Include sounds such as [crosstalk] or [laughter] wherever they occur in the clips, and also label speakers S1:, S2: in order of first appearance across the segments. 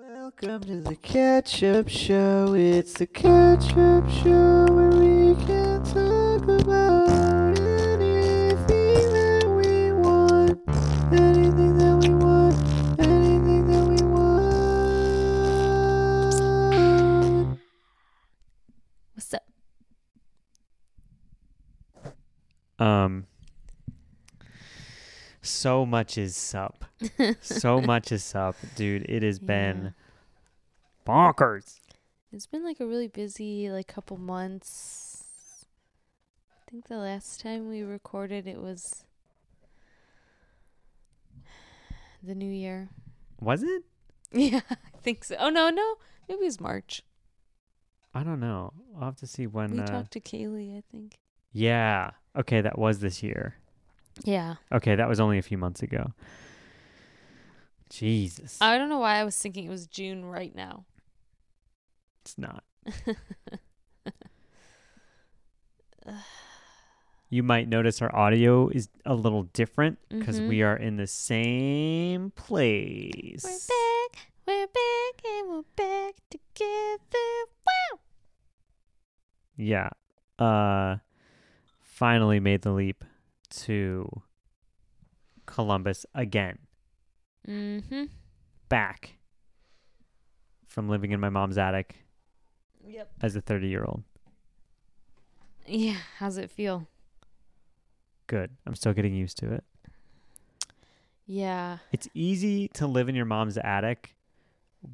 S1: Welcome to the Catch Up Show. It's the Catch Up Show where we can talk about anything that we want. Anything that we want. Anything that we want.
S2: What's up?
S3: Um, so much is up.
S1: [laughs]
S3: so much is up, dude. It has
S2: Yeah.
S3: been bonkers.
S2: It's been like a really busy like couple months. I think the last time we recorded it was the new year. [laughs]
S3: Was it?
S2: Yeah, I think so. Oh no, no. Maybe it was March.
S3: I don't know. I'll have to see when.
S2: we
S3: uh,
S2: talked to Kaylee, I think.
S3: yeah. Okay, that was this year.
S2: Yeah.
S3: Okay, that was only a few months ago. Jesus,
S2: I don't know why I was thinking it was June right now. [laughs]
S3: it's not. You might notice our audio is a little different because
S2: Mhm.
S3: we are in the same place.
S2: We're back, we're back, and we're back together. Wow.
S3: yeah uh finally made the leap to columbus again
S2: Mm-hmm.
S3: back from living in my mom's attic
S2: Yep.
S3: as a 30 year old
S2: Yeah. How's it feel?
S3: good i'm still getting used to it
S2: Yeah.
S3: it's easy to live in your mom's attic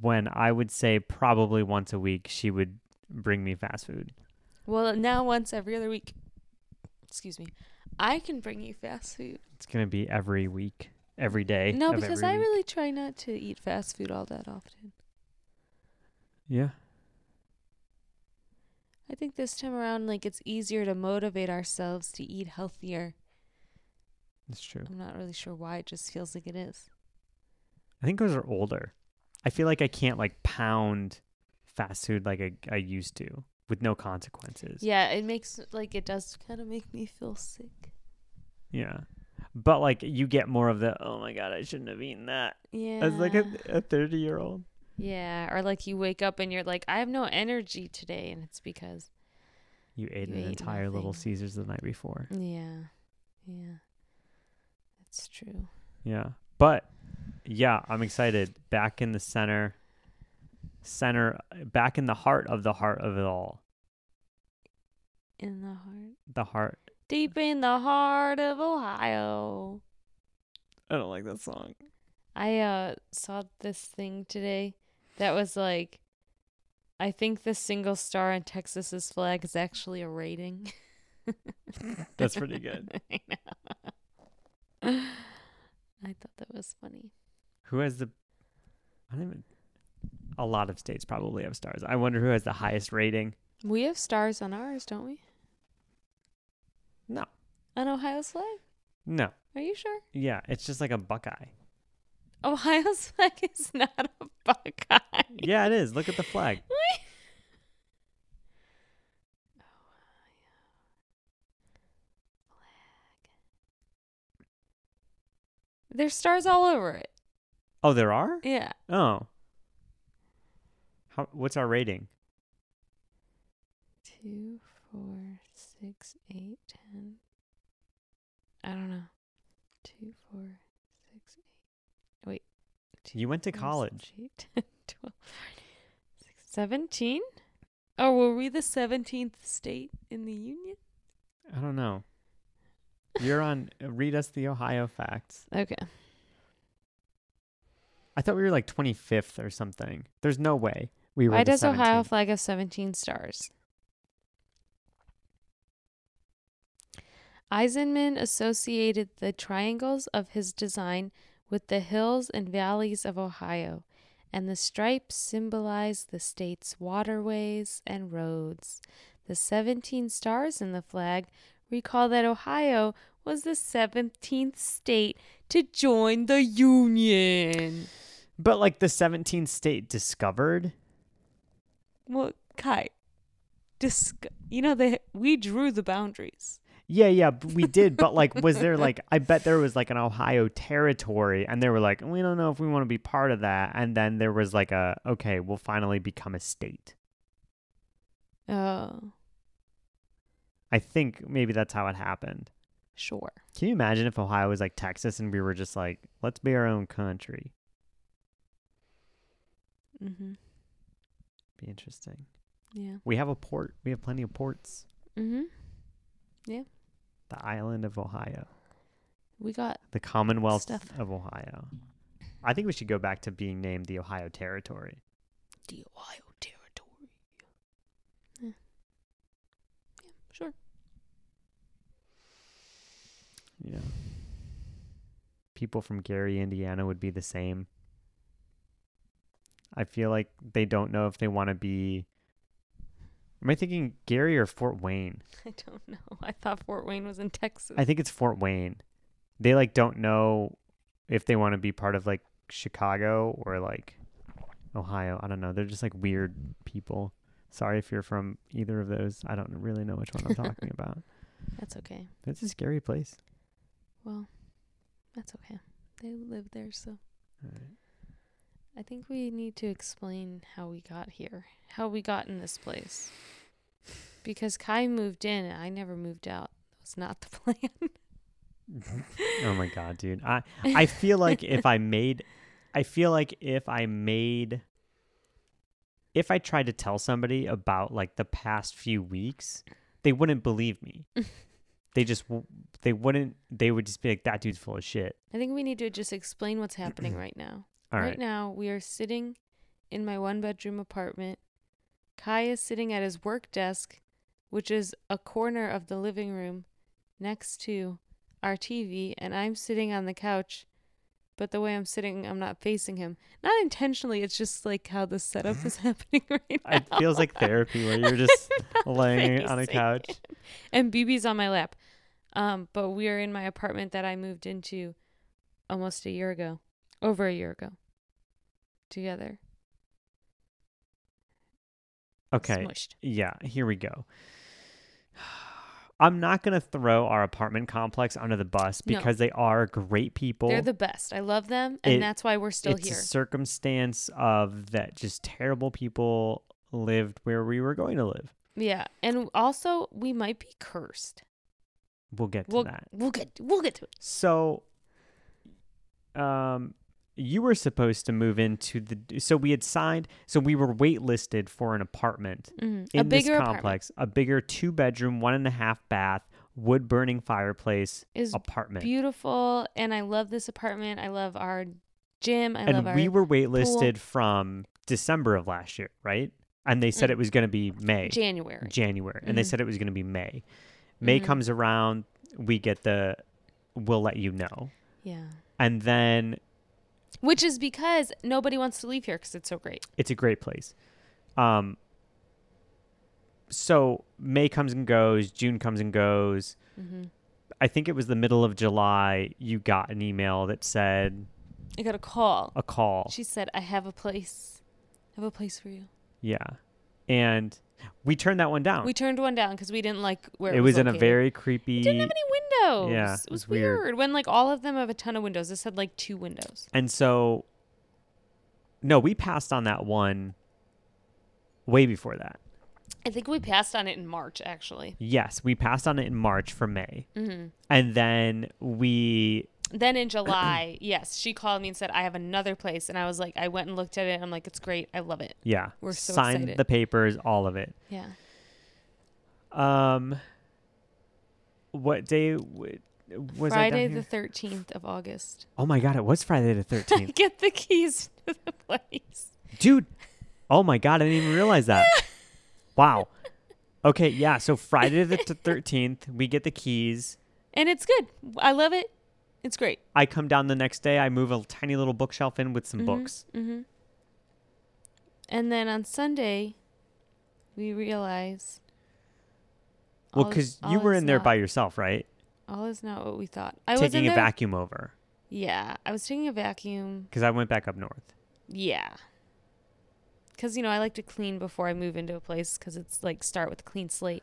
S3: when i would say probably once a week she would bring me fast food
S2: Well, now once every other week. Excuse me. I can bring you fast food.
S3: it's gonna be every week every day
S2: no,
S3: of
S2: because
S3: every
S2: I
S3: week.
S2: really try not to eat fast food all that often.
S3: yeah
S2: I think this time around, like, it's easier to motivate ourselves to eat healthier.
S3: that's true
S2: I'm not really sure why. It just feels like it is.
S3: I think those are older. I feel like I can't like pound fast food like I, I used to with no consequences.
S2: Yeah, it makes, like, it does kind of make me feel sick.
S3: Yeah. But like you get more of the oh my god I shouldn't have eaten that
S2: Yeah.
S3: as like a a thirty year old.
S2: yeah. Or, like, you wake up and you're like, I have no energy today. And it's because.
S3: You ate
S2: You
S3: an
S2: ate
S3: entire Little
S2: nothing.
S3: Caesars the night before.
S2: Yeah. Yeah. That's true.
S3: Yeah. But yeah, I'm excited. Back in the center, center, back in the heart of the heart of it all.
S2: In the heart.
S3: The heart.
S2: Deep in the heart of Ohio.
S3: I don't like that song.
S2: I uh saw this thing today that was like I think the single star on Texas's flag is actually a rating. [laughs]
S3: That's pretty good. [laughs]
S2: I know. I thought that was funny.
S3: Who has the? I don't even. A lot of states probably have stars. I wonder who has the highest rating.
S2: We have stars on ours, don't we?
S3: No.
S2: On Ohio's flag?
S3: No.
S2: Are you sure? [laughs]
S3: Yeah, it's just like a Buckeye.
S2: Ohio's flag is not a Buckeye.
S3: Yeah, it is. Look at the [laughs] flag.
S2: There's stars all over it.
S3: Oh, there are.
S2: Yeah.
S3: Oh. How? What's our rating?
S2: Two, four, six, eight, ten. I don't know. Two, four, six, eight. Wait. two,
S3: You went to
S2: four, six,
S3: college.
S2: eight, [laughs] 10, 12, 6, 17? Oh, were we the 17th state in the union?
S3: I don't know. You're on. Read us the Ohio facts.
S2: Okay.
S3: I thought we were like 25th or something. There's no way we were.
S2: Why
S3: the
S2: does Ohio
S3: 17th.
S2: flag have 17 stars? Eisenman associated the triangles of his design with the hills and valleys of Ohio, and the stripes symbolize the state's waterways and roads. The 17 stars in the flag recall that Ohio was the 17th state to join the Union.
S3: But like the 17th state discovered.
S2: Well, Kai, disc- you know that we drew the boundaries.
S3: Yeah, yeah, b- we did. But like, was there like, I bet there was like an Ohio territory, and they were like, we don't know if we want to be part of that. And then there was like a, okay, we'll finally become a state.
S2: Oh,
S3: I think maybe that's how it happened.
S2: sure.
S3: Can you imagine if Ohio was like Texas and we were just like, let's be our own country?
S2: Mm-hmm.
S3: Be interesting.
S2: Yeah.
S3: We have a port, we have plenty of ports.
S2: Mm-hmm.
S3: The island of Ohio,
S2: We got
S3: the Commonwealth
S2: Stuff.
S3: of Ohio. I think we should go back to being named the Ohio Territory.
S2: the Ohio territory. Yeah. yeah, sure.
S3: Yeah. People from Gary, Indiana would be the same. I feel like they don't know if they want to be. Am I thinking Gary or Fort Wayne?
S2: [laughs] I don't know. I thought Fort Wayne was in Texas.
S3: I think it's Fort Wayne. They like don't know if they want to be part of like Chicago or like Ohio. I don't know. They're just like weird people. Sorry if you're from either of those. I don't really know which one I'm talking about.
S2: That's okay.
S3: It's a scary place.
S2: Well, that's okay. They live there, so
S3: All right.
S2: I think we need to explain how we got here, how we got in this place. Because Kai moved in and I never moved out. That was not the [laughs] plan.
S3: Oh my god, dude. I
S2: [laughs]
S3: I feel like if I made I feel like if I made if I tried to tell somebody about like the past few weeks, they wouldn't believe
S2: [laughs]
S3: me. they just w- they wouldn't they would just be like that dude's full of shit.
S2: I think we need to just explain
S3: [clears throat]
S2: what's happening right now.
S3: All
S2: right
S3: right.
S2: now, we are sitting in my one bedroom apartment. Kai is sitting at his work desk, which is a corner of the living room next to our TV, and I'm sitting on the couch. But the way I'm sitting, I'm not facing him. Not intentionally, it's just like how the
S3: [laughs]
S2: setup is happening [laughs] right now.
S3: It feels like therapy where you're
S2: [laughs]
S3: just [laughs]
S2: Not
S3: laying on a
S2: facing
S3: couch.
S2: him. And BB's on my lap. Um, but we are in my apartment that I moved into almost a year ago, over a year ago, together.
S3: Okay.
S2: Smushed.
S3: Yeah, here we go. [sighs] I'm not going to throw our apartment complex under the bus
S2: No.
S3: because they are great people.
S2: They're the best. I love them, and
S3: It-
S2: that's why we're still
S3: it's
S2: here.
S3: a circumstance of that just terrible people lived where we were going to live.
S2: yeah, and also we might be cursed.
S3: We'll get to
S2: We'll
S3: that.
S2: we'll get we'll get to it.
S3: So, um, you were supposed to move into the. So we had signed. So we were waitlisted for an apartment
S2: Mhm.
S3: Mm-hmm. in
S2: A bigger
S3: this
S2: apartment.
S3: complex, a bigger two bedroom, one and a half bath, wood burning fireplace
S2: is
S3: apartment.
S2: beautiful, and I love this apartment. I love our gym. I love
S3: and
S2: our
S3: we were waitlisted from December of last year, right? And they said
S2: Mm.
S3: it was going to be May.
S2: January.
S3: January, and they
S2: Mhm.
S3: said it was going to be May. May
S2: Mhm.
S3: comes around, we get the we'll let you know.
S2: yeah,
S3: And then
S2: which is because nobody wants to leave here because it's so great.
S3: it's a great place. Um so May comes and goes, June comes and goes.
S2: Mm-hmm.
S3: I think it was the middle of July you got an email that said
S2: I got a call.
S3: a call.
S2: She said, "I have a place. I have a place for you."
S3: yeah. And we turned that one down.
S2: We turned one down because we didn't like where it,
S3: it was in a
S2: located.
S3: very creepy
S2: It didn't have any windows.
S3: Yeah,
S2: it
S3: it
S2: was
S3: was weird.
S2: weird. When like all of them have a ton of windows. This had like two windows.
S3: And so, no, we passed on that one way before that.
S2: I think we passed on it in March actually.
S3: Yes, we passed on it in March for May.
S2: hmm
S3: And then we,
S2: Then
S3: [clears throat]
S2: in July, yes, she called me and said, "I have another place," and I was like, I went and looked at it. and I'm like, it's great. I love it.
S3: yeah,
S2: We're so
S3: signed
S2: excited.
S3: the papers, all of it.
S2: Yeah.
S3: Um, what day w- was
S2: Friday
S3: I down
S2: the
S3: here?
S2: 13th of August.
S3: oh my God, it was Friday
S2: [laughs]
S3: the
S2: I
S3: 13th.
S2: get the keys to the [laughs] place.
S3: Dude, oh my God, I didn't even realize
S2: [laughs]
S3: that. Wow. Okay, yeah, so Friday the t- 13th, we get the keys.
S2: And it's good. I love it. It's great.
S3: I come down the next day. I move a tiny little bookshelf in with some books.
S2: Mm-hmm. And then on Sunday, we realized.
S3: Well,
S2: all is-
S3: because you
S2: all
S3: were
S2: is
S3: in there
S2: not-
S3: by yourself, right?
S2: All is not what we thought. I was in
S3: Taking a
S2: there.
S3: vacuum over.
S2: Yeah, I was taking a vacuum.
S3: Because I went back up north.
S2: Yeah. Because, you know, I like to clean before I move into a place because it's like start with a clean slate.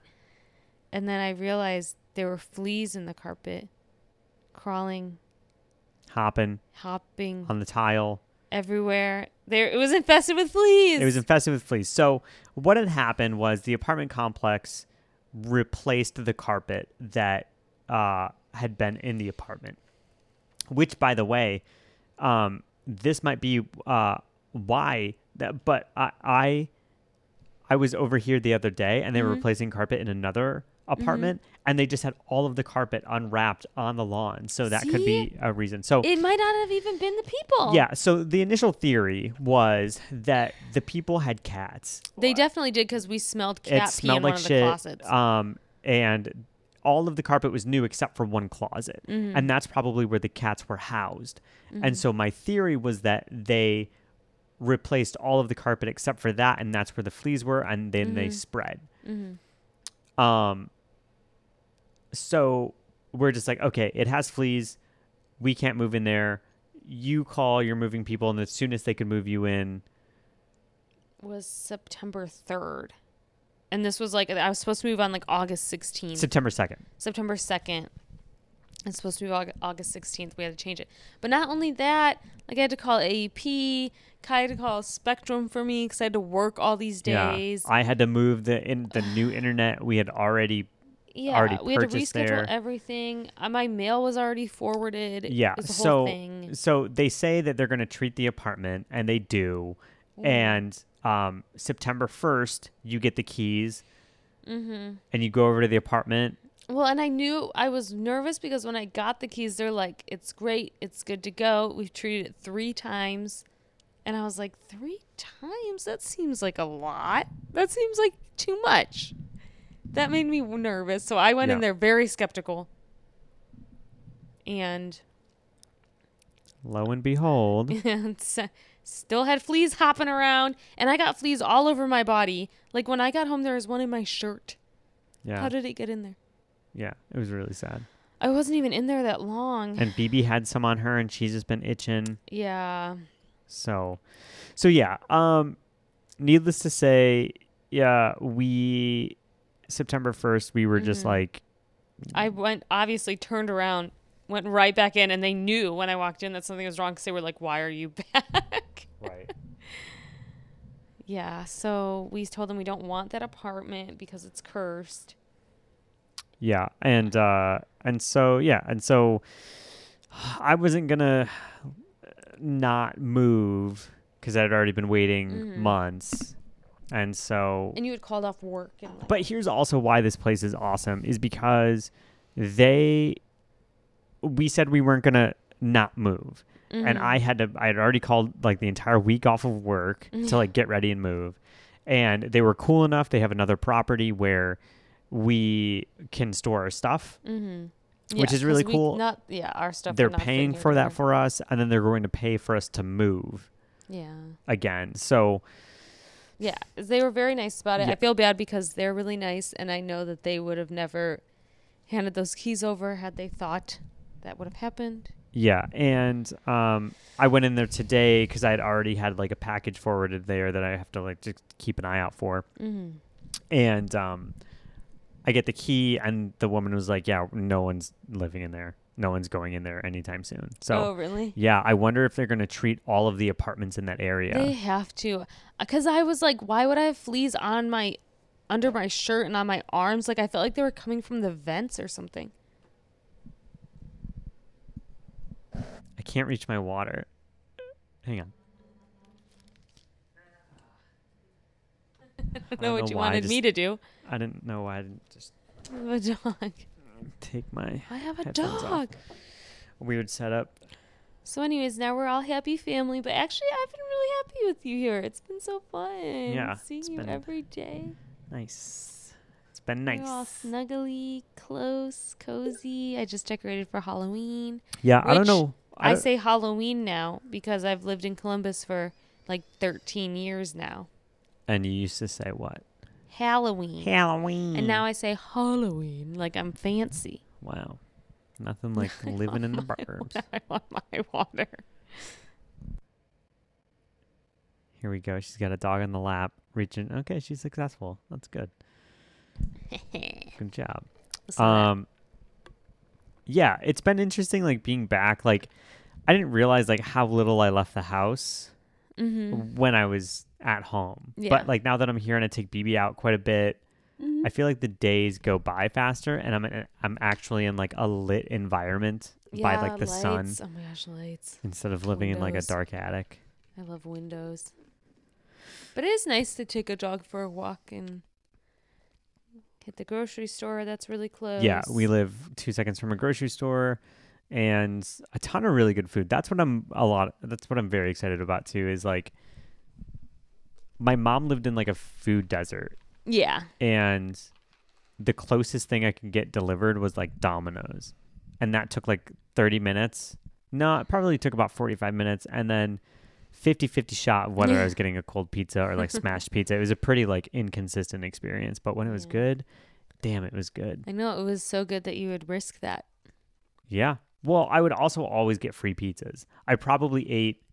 S2: and then I realized there were fleas in the carpet, crawling,
S3: hopping
S2: hopping
S3: on the tile.
S2: everywhere. There, it was infested with fleas.
S3: It was infested with fleas. So what had happened was the apartment complex replaced the carpet that uh, had been in the apartment. Which, by the way, um, this might be uh, why that. But I, I, I was over here the other day, and they were replacing carpet in another apartment, and they just had all of the carpet unwrapped on the lawn. So that could
S2: See?
S3: be a reason. So
S2: It might not have even been the people.
S3: yeah, so the initial theory was that the people had cats.
S2: they definitely did because we smelled cat
S3: it
S2: pee
S3: smelled
S2: in
S3: like
S2: one of the
S3: shit.
S2: closets.
S3: Um, and all of the carpet was new except for one closet,
S2: Mm-hmm.
S3: and that's probably where the cats were housed. And so my theory was that they replaced all of the carpet except for that, and that's where the fleas were, and then
S2: Mm-hmm.
S3: they spread. Um, so we're just like, okay, it has fleas. We can't move in there. You call your moving people, and as soon as they could move you in,
S2: was September third, and this was like I was supposed to move on like August sixteenth.
S3: September 2nd.
S2: September 2nd. It's supposed to be Aug- August 16th. We had to change it. But not only that, like I had to call AEP, Kai had to call Spectrum for me because I had to work all these days.
S3: I had to move the in the new internet. We had already
S2: Yeah,
S3: already
S2: we had to reschedule
S3: purchased there.
S2: everything. Uh, my mail was already forwarded.
S3: yeah.
S2: it was the
S3: so
S2: whole thing.
S3: so they say that they're going to treat the apartment, and they do. And um, September first, you get the keys,
S2: Mm-hmm.
S3: and you go over to the apartment.
S2: Well, and I knew I was nervous because when I got the keys, they're like, "It's great, it's good to go. We've treated it three times," and I was like, three times? That seems like a lot. That seems like too much." That made me nervous, so I went in
S3: Yeah.
S2: there very skeptical. And, [laughs]
S3: Lo and behold,
S2: and s- still had fleas hopping around, and I got fleas all over my body. Like when I got home, there was one in my shirt.
S3: yeah,
S2: How did it get in there?
S3: yeah, it was really
S2: [laughs]
S3: sad.
S2: I wasn't even in there that long.
S3: And BB had some on her, and she's just been itching.
S2: yeah.
S3: So, so yeah. Um, needless to say, yeah, we September first, we were
S2: Mm-hmm.
S3: just like,
S2: I went obviously turned around, went right back in, and they knew when I walked in that something was wrong because they were like, "Why are you [laughs] back?"
S3: right,
S2: yeah, so we told them we don't want that apartment because it's cursed.
S3: yeah, and uh, and so yeah, and so I wasn't gonna not move because I'd already been waiting months, and so
S2: And you had called off work. And like,
S3: But here's also why this place is awesome is because they we said we weren't going to not move. And
S2: Mm-hmm.
S3: I had to I had already called like the entire week off of work to like get ready and move. And they were cool enough. They have another property where we can store our stuff. which
S2: Mm-hmm. Yeah,
S3: is really
S2: 'cause we-
S3: cool.
S2: Not yeah, our stuff. would
S3: They're
S2: not fit
S3: paying
S2: near
S3: for that
S2: there.
S3: for us and then they're going to pay for us to move
S2: yeah,
S3: again. So
S2: yeah. They were very nice about it.
S3: Yeah.
S2: I feel bad because they're really nice, and I know that they would have never handed those keys over had they thought that would have happened.
S3: Yeah, and um, I went in there today because I had already had like a package forwarded there that I have to like just keep an eye out for.
S2: Mm-hmm.
S3: And um, I get the key, and the woman was like, "Yeah, no one's living in there. No one's going in there anytime soon." So
S2: oh, really?
S3: yeah, I wonder if they're gonna treat all of the apartments in that area.
S2: They have to, because I was like, why would I have fleas on my, under my shirt and on my arms? Like I felt like they were coming from the vents or something. [laughs]
S3: I can't reach my water. Hang on.
S2: I don't
S3: don't
S2: know
S3: know
S2: what you
S3: why, I
S2: wanted me
S3: just-
S2: to do. [laughs]
S3: I didn't know why I didn't just [laughs]
S2: I have a dog.
S3: take my
S2: I have a
S3: Headphones off.
S2: dog.
S3: weird setup.
S2: So, anyways, now we're all happy family. But actually, I've been really happy with you here. It's been so fun.
S3: Yeah,
S2: seeing
S3: it's
S2: you
S3: been
S2: every day.
S3: Nice. It's been
S2: We're all
S3: nice.
S2: snuggly, close, cozy. I just decorated for Halloween.
S3: Yeah, I don't
S2: Which
S3: know.
S2: I,
S3: don't-
S2: say Halloween now because I've lived in Columbus for like 13 years now.
S3: And you used to say what?
S2: Halloween.
S3: Halloween.
S2: And now I say Halloween like I'm fancy. [laughs]
S3: wow, nothing like living in the burbs.
S2: I want my water. [laughs]
S3: Here we go. She's got a dog on the lap, reaching. Okay, she's successful. That's good. Good job.
S2: So that-
S3: Um, yeah, it's been interesting, like being back. Like, I didn't realize like how little I left the house
S2: mhm.
S3: when I was at home.
S2: Yeah. Mm-hmm.
S3: But like now that I'm here and I take BB out quite a bit, I feel like the days go by faster, and I'm in- I'm actually in like a lit environment by
S2: Yeah,
S3: like the sun
S2: lights. Oh my gosh, lights.
S3: instead of living in like a
S2: Windows.
S3: dark attic.
S2: I love windows. But it is nice to take a dog for a walk and hit the grocery store that's really close.
S3: Yeah, we live two seconds from a grocery store and a ton of really good food. That's what I'm a lot that's what I'm very excited about too is like my mom lived in like a food desert
S2: Yeah.
S3: and the closest thing I could get delivered was like Domino's. And that took like 30 minutes. No, it probably took about 45 minutes and then 50-50 shot of whether I was getting a cold pizza or like smashed pizza. It was a pretty like inconsistent experience, but when it was
S2: Yeah.
S3: good, damn, it was good.
S2: I know it was so good that you would risk that.
S3: Yeah. Well, I would also always get free pizzas. I probably ate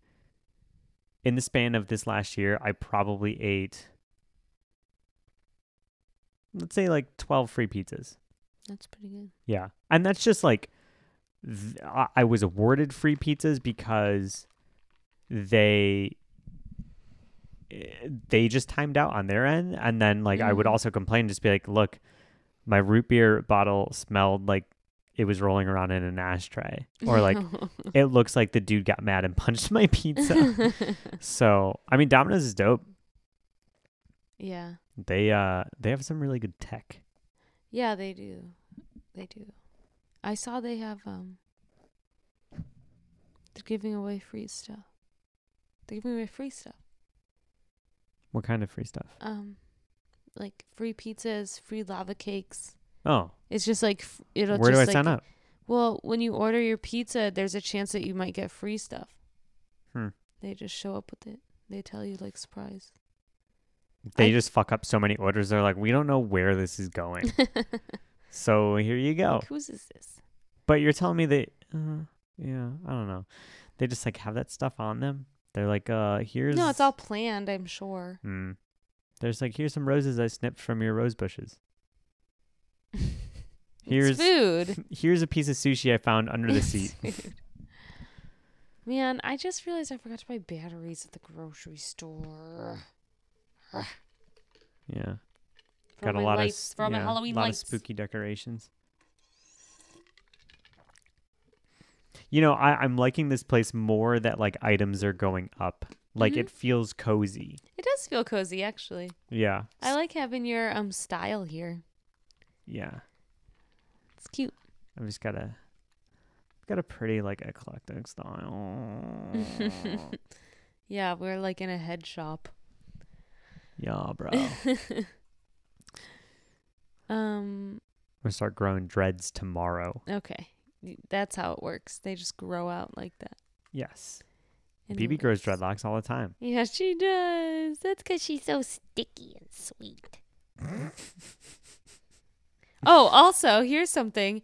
S3: in the span of this last year, I probably ate let's say like 12 free pizzas.
S2: That's pretty good.
S3: Yeah. And that's just like th- I I was awarded free pizzas because they eh, they just timed out on their end and then like I would
S2: Mm.
S3: also complain just be like look my root beer bottle smelled like it was rolling around in an ashtray or
S2: [laughs]
S3: like it looks like the dude got mad and [laughs] punched my
S2: [laughs]
S3: pizza. so, I mean, Domino's is dope.
S2: yeah.
S3: They uh they have some really good tech.
S2: Yeah, they do. They do. I saw they have um they're giving away free stuff. They're giving away free stuff.
S3: What kind of free stuff?
S2: Um like free pizzas, free lava cakes.
S3: Oh,
S2: It's just like f- it'll
S3: where do I
S2: just like,
S3: sign up?
S2: Well, when you order your pizza, there's a chance that you might get free stuff.
S3: Hmm.
S2: They just show up with it. They tell you like surprise.
S3: They
S2: I-
S3: just fuck up so many orders. They're like, "We don't know where this is
S2: [laughs]
S3: going." so, here you go.
S2: Like, whose is this?
S3: But you're telling me that uh, yeah, I don't know. They just like have that stuff on them. They're like, "Uh, here's
S2: No, it's all planned, I'm sure. [laughs]
S3: Mm. There's like, "Here's some roses I snipped from your rose bushes." Here's
S2: it's food.
S3: [laughs] Here's a piece of sushi I found under the
S2: It's
S3: seat.
S2: [laughs] food. Man, I just realized I forgot to buy batteries at the grocery store.
S3: Yeah.
S2: For
S3: Got a
S2: my
S3: lot
S2: lights,
S3: of s-
S2: for all my
S3: yeah,
S2: Halloween
S3: lot
S2: lights.
S3: of spooky decorations. You know, I, I'm liking this place more that like items are going up. Like
S2: Mhm.
S3: it feels cozy.
S2: It does feel cozy, actually.
S3: Yeah.
S2: I like having your um style here.
S3: yeah.
S2: It's cute.
S3: I've just got a got a pretty like eclectic
S2: [laughs]
S3: style.
S2: Yeah, we're like in a head shop.
S3: yeah, bro.
S2: um.
S3: We'll start growing dreads tomorrow.
S2: Okay, Y- that's how it works. They just grow out like that.
S3: Yes.
S2: in
S3: BB grows
S2: waves.
S3: dreadlocks all the time.
S2: Yeah, she does. That's because she's so sticky and
S3: [laughs]
S2: sweet. oh, also, here's something.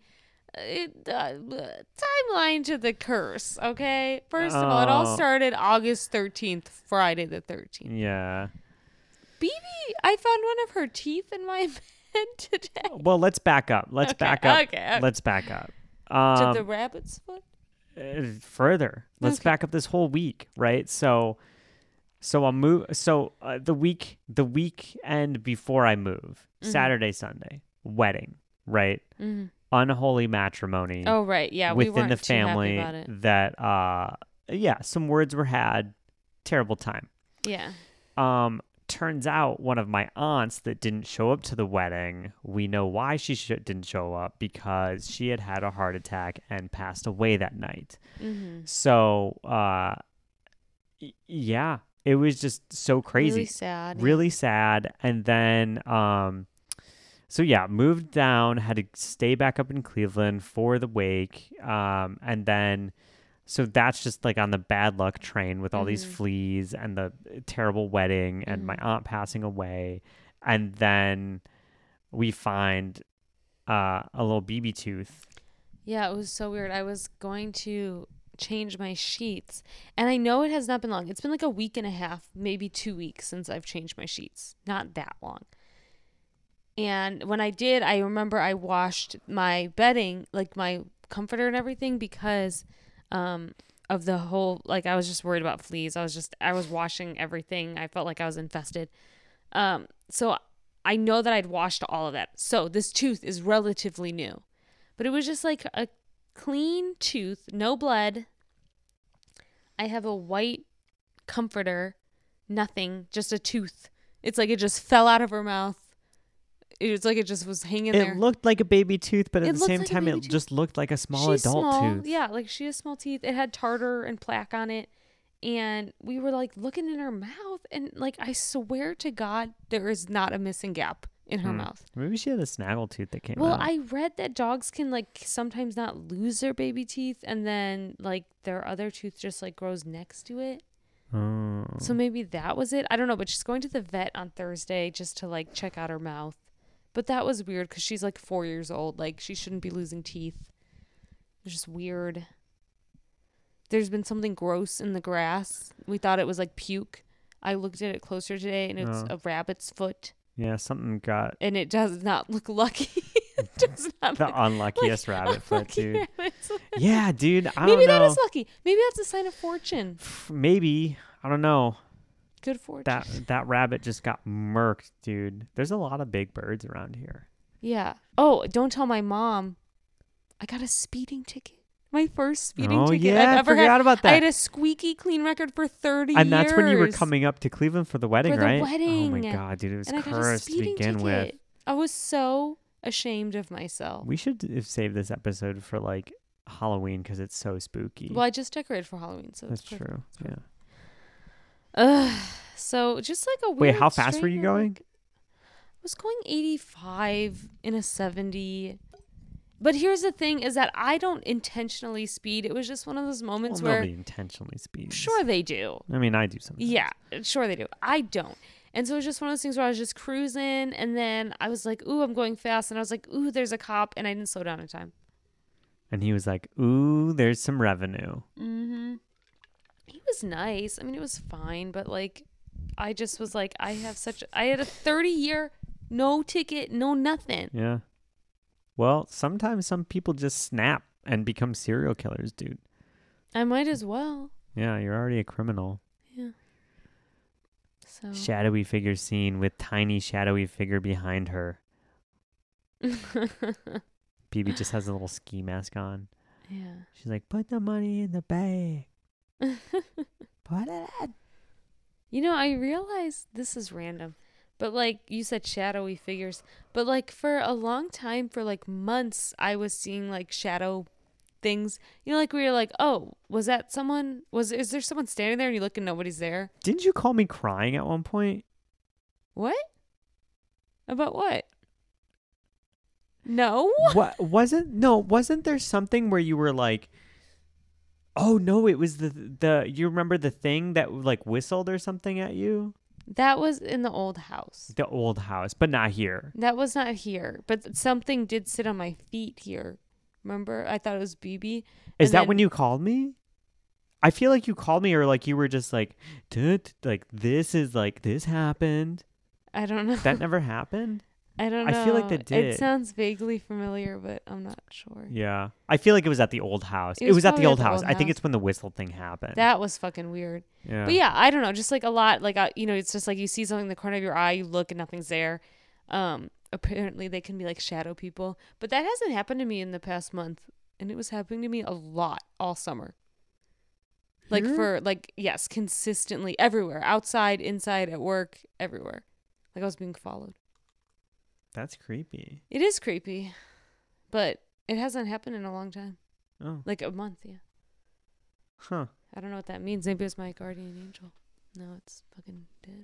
S2: Uh, It, uh, bleh, timeline to the curse, okay? First of all, it all
S3: Oh.
S2: started August 13th, Friday the 13th.
S3: Yeah. Mm.
S2: BB, I found one of her teeth in my [laughs] bed today.
S3: Well, let's back up. Let's
S2: Oh. Okay,
S3: back up.
S2: okay, okay.
S3: Let's back up.
S2: To
S3: Um,
S2: the rabbit's foot?
S3: uh, further. Let's
S2: Okay.
S3: back up this whole week, right? So, so I'll move. So uh, the week, the weekend before I move,
S2: Mm-hmm.
S3: Saturday, Sunday, wedding, right?
S2: Mhm.
S3: Unholy matrimony
S2: Oh, right. Yeah, we
S3: Mm-hmm. within
S2: weren't
S3: the
S2: too
S3: family
S2: happy about it.
S3: that, uh, yeah, some words were had. Terrible time.
S2: Yeah.
S3: Um, turns out one of my aunts that didn't show up to the wedding. We know why she sh- didn't show up because she had had a heart attack and passed away that night.
S2: hmm
S3: So, uh, y- yeah, it was just so crazy,
S2: Really
S3: really,
S2: sad.
S3: sad. And then, um, so yeah, moved down, had to stay back up in Cleveland for the wake. Um, and then, so that's just like on the bad luck train with all these
S2: Mhm.
S3: fleas and the uh, terrible wedding and my
S2: Mhm.
S3: aunt passing away. And then we find, uh, a little BB tooth.
S2: Yeah, it was so weird. I was going to change my sheets, and I know it has not been long. It's been like a week and a half, maybe two weeks since I've changed my sheets. Not that long. And when I did, I remember I washed my bedding, like my comforter and everything, because um, of the whole, like, I was just worried about fleas. I was just, I was washing everything. I felt like I was infested. Um, so I know that I'd washed all of that. So this tooth is relatively new, but it was just like a clean tooth, no blood. I have a white comforter, nothing, just a tooth. It's like it just fell out of her mouth. It was like it just was hanging
S3: it
S2: there.
S3: looked like a baby tooth, but at
S2: It
S3: the
S2: looked
S3: same
S2: like a
S3: time,
S2: baby
S3: it
S2: tooth.
S3: just looked like a small
S2: She's
S3: adult
S2: small.
S3: tooth.
S2: Yeah, like she has small teeth. It had tartar and plaque on it. And we were like looking in her mouth and like I swear to God there is not a missing gap in her
S3: Hmm.
S2: mouth.
S3: Maybe she had a snaggle tooth that came
S2: Well,
S3: out.
S2: I read that dogs can like sometimes not lose their baby teeth and then like their other tooth just like grows next to it.
S3: Oh.
S2: So maybe that was it. I don't know, but she's going to the vet on Thursday just to like check out her mouth. But that was weird because she's like four years old. Like she shouldn't be losing teeth. It's just weird. There's been something gross in the grass. We thought it was like puke. I looked at it closer today and it's
S3: Oh.
S2: a rabbit's foot.
S3: yeah, something
S2: [laughs]
S3: got
S2: And it does not look lucky. it
S3: [laughs]
S2: does not
S3: the
S2: look
S3: unluckiest
S2: [laughs]
S3: rabbit foot,
S2: unlucky
S3: dude.
S2: rabbit's foot.
S3: Yeah, dude. I
S2: Maybe
S3: don't know.
S2: that is lucky. Maybe that's a sign of fortune.
S3: Pff, Maybe I don't know.
S2: Good fortune.
S3: That that rabbit just got murked, dude. There's a lot of big birds around here.
S2: Yeah. Oh, don't tell my mom. I got a speeding ticket. My first speeding
S3: oh
S2: ticket
S3: yeah,
S2: I've
S3: I
S2: ever
S3: forgot
S2: had.
S3: about
S2: I
S3: that.
S2: had a squeaky clean record for 30 years.
S3: and that's when you were coming up to Cleveland for the wedding,
S2: For the
S3: right? Oh my
S2: wedding.
S3: god, dude, it was
S2: and I got a
S3: cursed to
S2: speeding
S3: begin
S2: ticket.
S3: with.
S2: I was so ashamed of myself.
S3: We should have saved this episode for like Halloween because it's so spooky.
S2: Well, I just decorated for Halloween, so
S3: That's
S2: it's perfect.
S3: true. Yeah.
S2: Ugh. So just like a weird.
S3: Wait, how fast were you
S2: strain of,
S3: going?
S2: like- I was going 85 in a 70. But here's the thing: is that I don't intentionally speed. It was just one of those moments
S3: Well,
S2: where
S3: nobody intentionally speeds.
S2: sure they do.
S3: I mean, I do sometimes.
S2: Yeah, sure they do. I don't. And so it was just one of those things where I was just cruising, and then I was like, "Ooh, I'm going fast," and I was like, "Ooh, there's a cop," and I didn't slow down in time.
S3: And he was like, "Ooh, there's some revenue."
S2: Mm-hmm. He was nice. I mean, it was fine, but like, I just was like, I have such. I had a 30 year no ticket, no nothing.
S3: Yeah. Well, sometimes some people just snap and become serial killers, dude.
S2: I might as well.
S3: Yeah, you're already a criminal. Oh.
S2: So
S3: Shadowy figure seen with tiny shadowy figure behind her.
S2: [laughs] yeah,
S3: BB just has a little ski mask on. She's like, "Put the money in the bag.
S2: [laughs]
S3: Put it in."
S2: you know, I realize this is random, but like you said, shadowy figures. But like for a long time, for like months, I was seeing like shadow things. You know, like we were like, oh, was that someone? Was is there someone standing there? And you look and nobody's there.
S3: Didn't you call me crying at one point?
S2: What? About what? No.
S3: what wasn't no wasn't there something where you were like oh no it was the the you remember the thing that like whistled or something at you
S2: That was in the old house.
S3: the old house but not here
S2: That was not here, but something did sit on my feet here. Remember? I thought it was BB.
S3: is
S2: And
S3: that
S2: then-
S3: when you called me i feel like you called me or like you were just like "Tut, like this is like this happened
S2: I don't [laughs] know.
S3: that never happened
S2: I don't know.
S3: I feel like that did.
S2: It sounds vaguely familiar, but I'm not sure.
S3: yeah i feel like it was at the old house it
S2: It
S3: was,
S2: was
S3: at the
S2: probably
S3: old house i think it's when the whistle thing happened
S2: That was fucking weird.
S3: yeah
S2: But yeah, I don't know. Just like a lot, like I, you know, it's just like you see something in the corner of your eye, you look and nothing's there. Um, apparently they can be like shadow people, but that hasn't happened to me in the past month, and it was happening to me a lot all summer. Like
S3: Here?
S2: for like yes, consistently everywhere, outside, inside, at work, everywhere. Like I was being followed.
S3: that's creepy
S2: It is creepy, but it hasn't happened in a long time,
S3: oh
S2: like a month. Yeah,
S3: huh
S2: I don't know what that means. Maybe it's my guardian angel. No, it's fucking dead.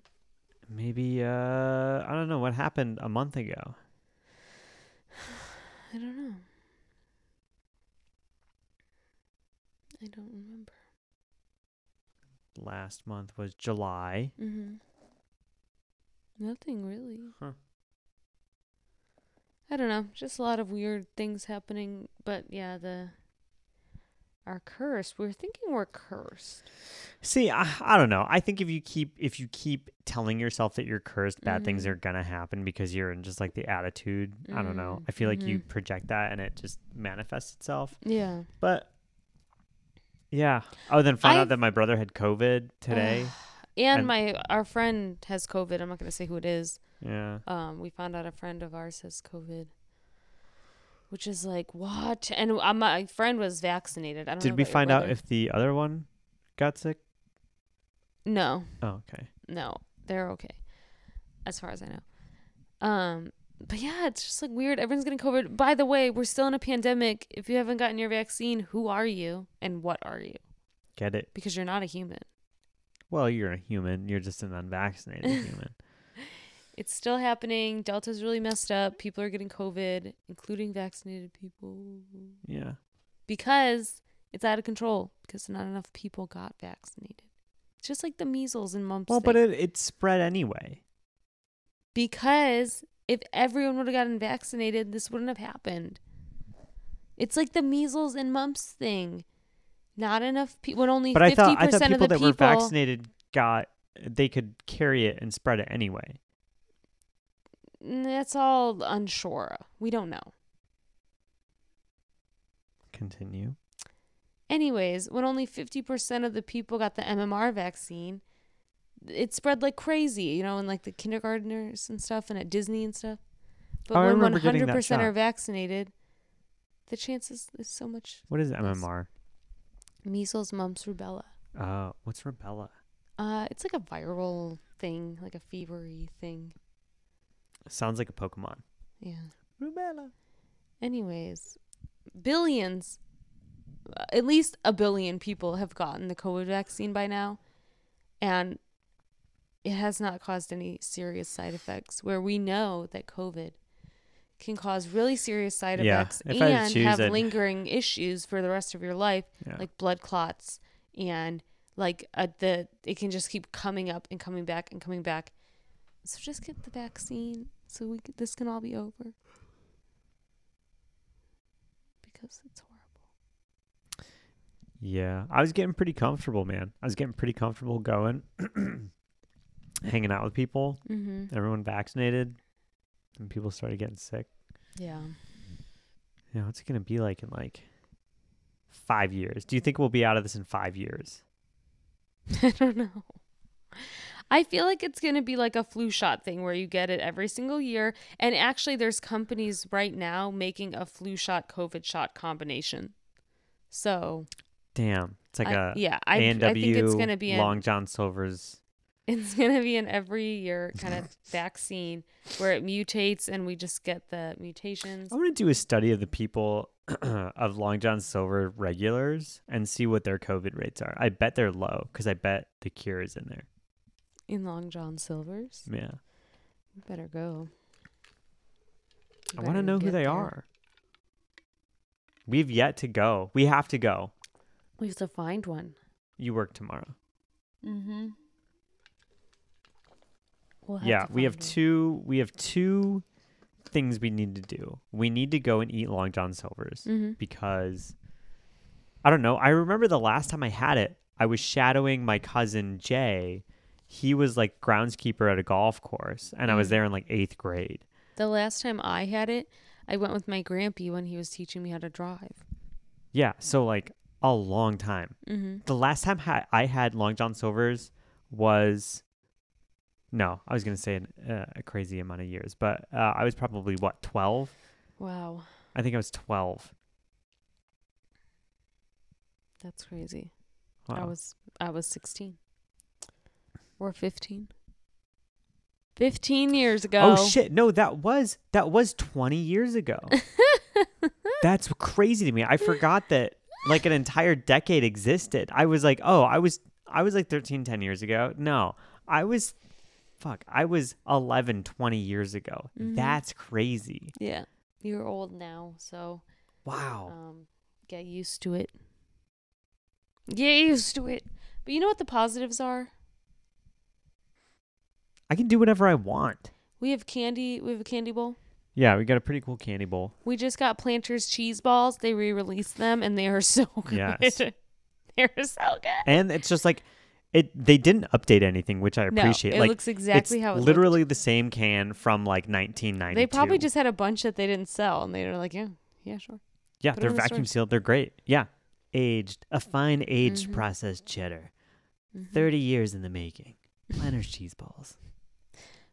S3: maybe uh i don't know what happened a month ago
S2: I don't know. I don't remember.
S3: last month was July.
S2: Mm-hmm. Nothing really.
S3: Huh.
S2: I don't know. Just a lot of weird things happening. But yeah, the are cursed. We're thinking we're cursed.
S3: See, I, I don't know. I think if you keep if you keep telling yourself that you're cursed, bad things
S2: Mm-hmm.
S3: are gonna happen because you're in just like the attitude. I don't know. I feel like
S2: Mm-hmm.
S3: you project that and it just manifests itself.
S2: Yeah.
S3: But yeah. Oh, then found
S2: I've-
S3: out that my brother had COVID
S2: [sighs]
S3: today.
S2: And,
S3: And-
S2: my our friend has COVID. I'm not going to say who it is.
S3: yeah.
S2: Um, we found out a friend of ours has COVID, which is like what? And uh, my friend was vaccinated. I don't. know
S3: Did we
S2: about your
S3: find out
S2: brother.
S3: if the other one got sick?
S2: No,
S3: Oh, okay.
S2: no, they're okay, as far as I know. Um, but yeah, it's just like weird. Everyone's getting COVID. By the way, we're still in a pandemic. If you haven't gotten your vaccine, who are you and what are you?
S3: Get it?
S2: Because you're not a human.
S3: Well, you're a human. You're just an unvaccinated
S2: [laughs]
S3: human.
S2: It's still happening. Delta's really messed up. People are getting COVID, including vaccinated people,
S3: Yeah.
S2: because it's out of control because not enough people got vaccinated. It's Just like the measles and mumps.
S3: Well, but
S2: thing.
S3: it it spread anyway.
S2: because if everyone would have gotten vaccinated, this wouldn't have happened. It's like the measles and mumps thing. Not enough people. When only
S3: But I
S2: fifty
S3: thought I thought
S2: percent of
S3: people
S2: the
S3: that
S2: people
S3: were vaccinated got they could carry it and spread it anyway.
S2: That's all unsure. We don't know.
S3: Continue.
S2: Anyways, when only 50% of the people got the MMR vaccine, it spread like crazy, you know, in like the kindergartners and stuff and at Disney and stuff. But
S3: Oh, I
S2: when
S3: remember getting that
S2: 100% are
S3: shot.
S2: vaccinated, the chances is so much
S3: What is MMR?
S2: measles, mumps, rubella.
S3: Uh, what's rubella?
S2: Uh, it's like a viral thing, like a fevery thing.
S3: Sounds like a Pokemon.
S2: Yeah.
S3: Rubella.
S2: Anyways, billions, uh, at least a billion people have gotten the COVID vaccine by now, and it has not caused any serious side effects. Where we know that COVID can cause really serious side
S3: Yeah,
S2: effects
S3: if I had to
S2: and
S3: choose,
S2: have
S3: I'd-
S2: lingering issues for the rest of your life,
S3: Yeah.
S2: like blood clots and like uh, the it can just keep coming up and coming back and coming back. So just get the vaccine so we c- this can all be over because it's horrible.
S3: Yeah, I was getting pretty comfortable, man. I was getting pretty comfortable going, [clears throat] hanging out with people.
S2: Mm-hmm.
S3: Everyone vaccinated, and people started getting sick.
S2: Yeah.
S3: You know, what's it gonna be like in like five years? Do you think we'll be out of this in five years?
S2: [laughs] I don't know. I feel like it's going to be like a flu shot thing where you get it every single year. And actually, there's companies right now making a flu shot COVID shot combination. So,
S3: Damn, it's like
S2: I-
S3: a
S2: yeah, I, I
S3: A&W,
S2: think it's going to be an,
S3: Long John Silver's.
S2: it's [laughs] going to be an every year
S3: [laughs]
S2: kind of vaccine where it mutates and we just get the mutations.
S3: I want to do a study of the people [clears throat] of Long John Silver regulars and see what their COVID rates are. I bet they're low because I bet the cure is in there.
S2: In Long John Silver's,
S3: Yeah,
S2: you better go. You
S3: I want to
S2: better
S3: know who
S2: get
S3: they
S2: there.
S3: are. We've yet to go. We have to go.
S2: We have to find one.
S3: You work tomorrow.
S2: Mm-hmm. We'll
S3: yeah,
S2: to
S3: we have
S2: find one.
S3: two. We have two things we need to do. We need to go and eat Long John Silver's
S2: Mhm.
S3: because I don't know. I remember the last time I had it, I was shadowing my cousin Jay. He was like groundskeeper at a golf course, and I
S2: Mm-hmm.
S3: was there in like eighth grade.
S2: The last time I had it, I went with my grampy when he was teaching me how to drive.
S3: Yeah, so like a long time.
S2: Mm-hmm.
S3: The last time ha- I had Long John Silver's was no, I was gonna say an, uh, a crazy amount of years, but uh, I was probably what twelve.
S2: Wow,
S3: I think I was twelve.
S2: that's crazy. I
S3: Wow.
S2: was I was sixteen or fifteen. Fifteen years ago.
S3: Oh shit! No, that was that was twenty years
S2: [laughs]
S3: ago. That's crazy to me. I forgot that like an entire decade existed. I was like, oh, I was I was like 13, 10 years ago. No, I was fuck. I was 11, 20 years ago.
S2: Mm-hmm.
S3: That's crazy.
S2: Yeah, you're old now, so
S3: Wow.
S2: um, get used to it. Get used to it. But you know what the positives are?
S3: I can do whatever I want.
S2: We have candy. We have a candy bowl.
S3: Yeah, we got a pretty cool candy bowl.
S2: We just got Planters cheese balls. They re-released them, and they are [laughs] so good.
S3: Yes.
S2: They're so good.
S3: And it's just like it they didn't update anything, which I
S2: No,
S3: appreciate.
S2: it
S3: like
S2: looks exactly
S3: it's
S2: how it looked.
S3: literally the same can from like 1992.
S2: They probably just had a bunch that they didn't sell, and they were like, yeah, yeah, sure.
S3: Yeah,
S2: put 'em
S3: they're
S2: in the store.
S3: vacuum sealed. They're great. Yeah. Aged, a fine aged
S2: Mm-hmm.
S3: processed cheddar. 30 years in the making. Planner's cheese balls.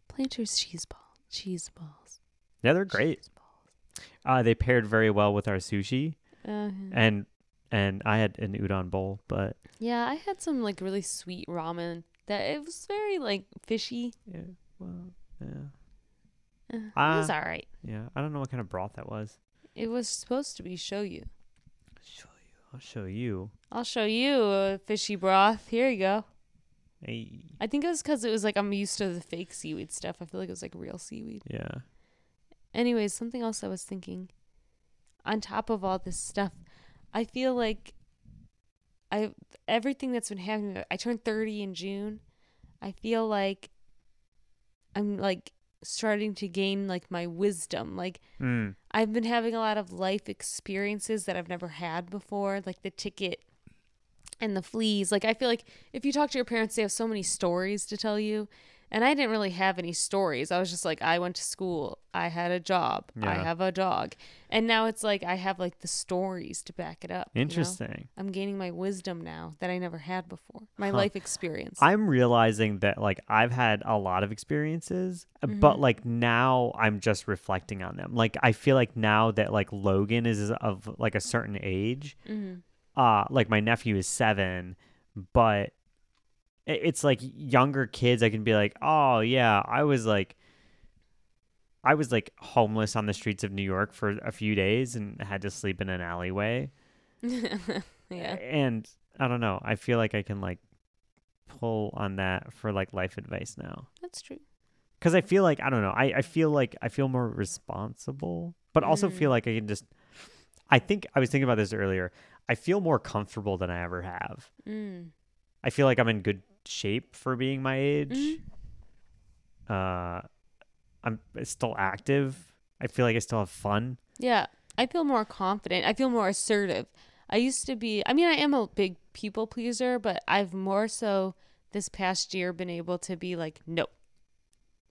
S2: Planters cheese ball, cheese balls.
S3: Yeah, they're great.
S2: cheese balls.
S3: Uh, they paired very well with our sushi
S2: Uh,
S3: and and I had an udon bowl, but
S2: yeah, I had some like really sweet ramen that it was very like fishy.
S3: yeah, well, yeah,
S2: Uh, it
S3: Ah.
S2: was all right.
S3: yeah. I don't know what kind of broth that was.
S2: It was supposed to be show you.
S3: Show you. I'll show you.
S2: I'll show you a fishy broth. Here you go.
S3: Hey.
S2: I think it was because it was like I'm used to the fake seaweed stuff. I feel like it was like real seaweed.
S3: Yeah.
S2: Anyways, something else I was thinking. On top of all this stuff, I feel like I everything that's been happening. I turned 30 in June. I feel like I'm like starting to gain like my wisdom. Like
S3: Mm.
S2: I've been having a lot of life experiences that I've never had before, like the ticket and the fleas. Like I feel like if you talk to your parents, they have so many stories to tell you. And I didn't really have any stories. I was just like, I went to school. I had a job. I
S3: Yeah.
S2: have a dog. And now it's like I have like the stories to back it up. you know?
S3: Interesting.
S2: I'm gaining my wisdom now that I never had before. My
S3: Huh.
S2: life experience.
S3: I'm realizing that like I've had a lot of experiences, uh, but like now I'm just reflecting on them. Like I feel like now that like Logan is of like a certain age,
S2: Mhm.
S3: uh like my nephew is 7, but i- it's like younger kids I can be like, "Oh yeah, I was like I was like homeless on the streets of New York for a few days and had to sleep in an alleyway."
S2: Mm-hmm. [laughs] yeah.
S3: And I don't know. I feel like I can like pull on that for like life advice now.
S2: That's true.
S3: Cause I feel like, I don't know. I, I feel like I feel more responsible, but also feel like I can just, I think I was thinking about this earlier. I feel more comfortable than I ever have.
S2: Mm.
S3: I feel like I'm in good shape for being my age.
S2: Mm-hmm. Mm.
S3: Uh, I'm still active. I feel like I still have fun.
S2: Yeah, I feel more confident. I feel more assertive. I used to be, I mean, I am a big people pleaser, but I've more so this past year been able to be like, no.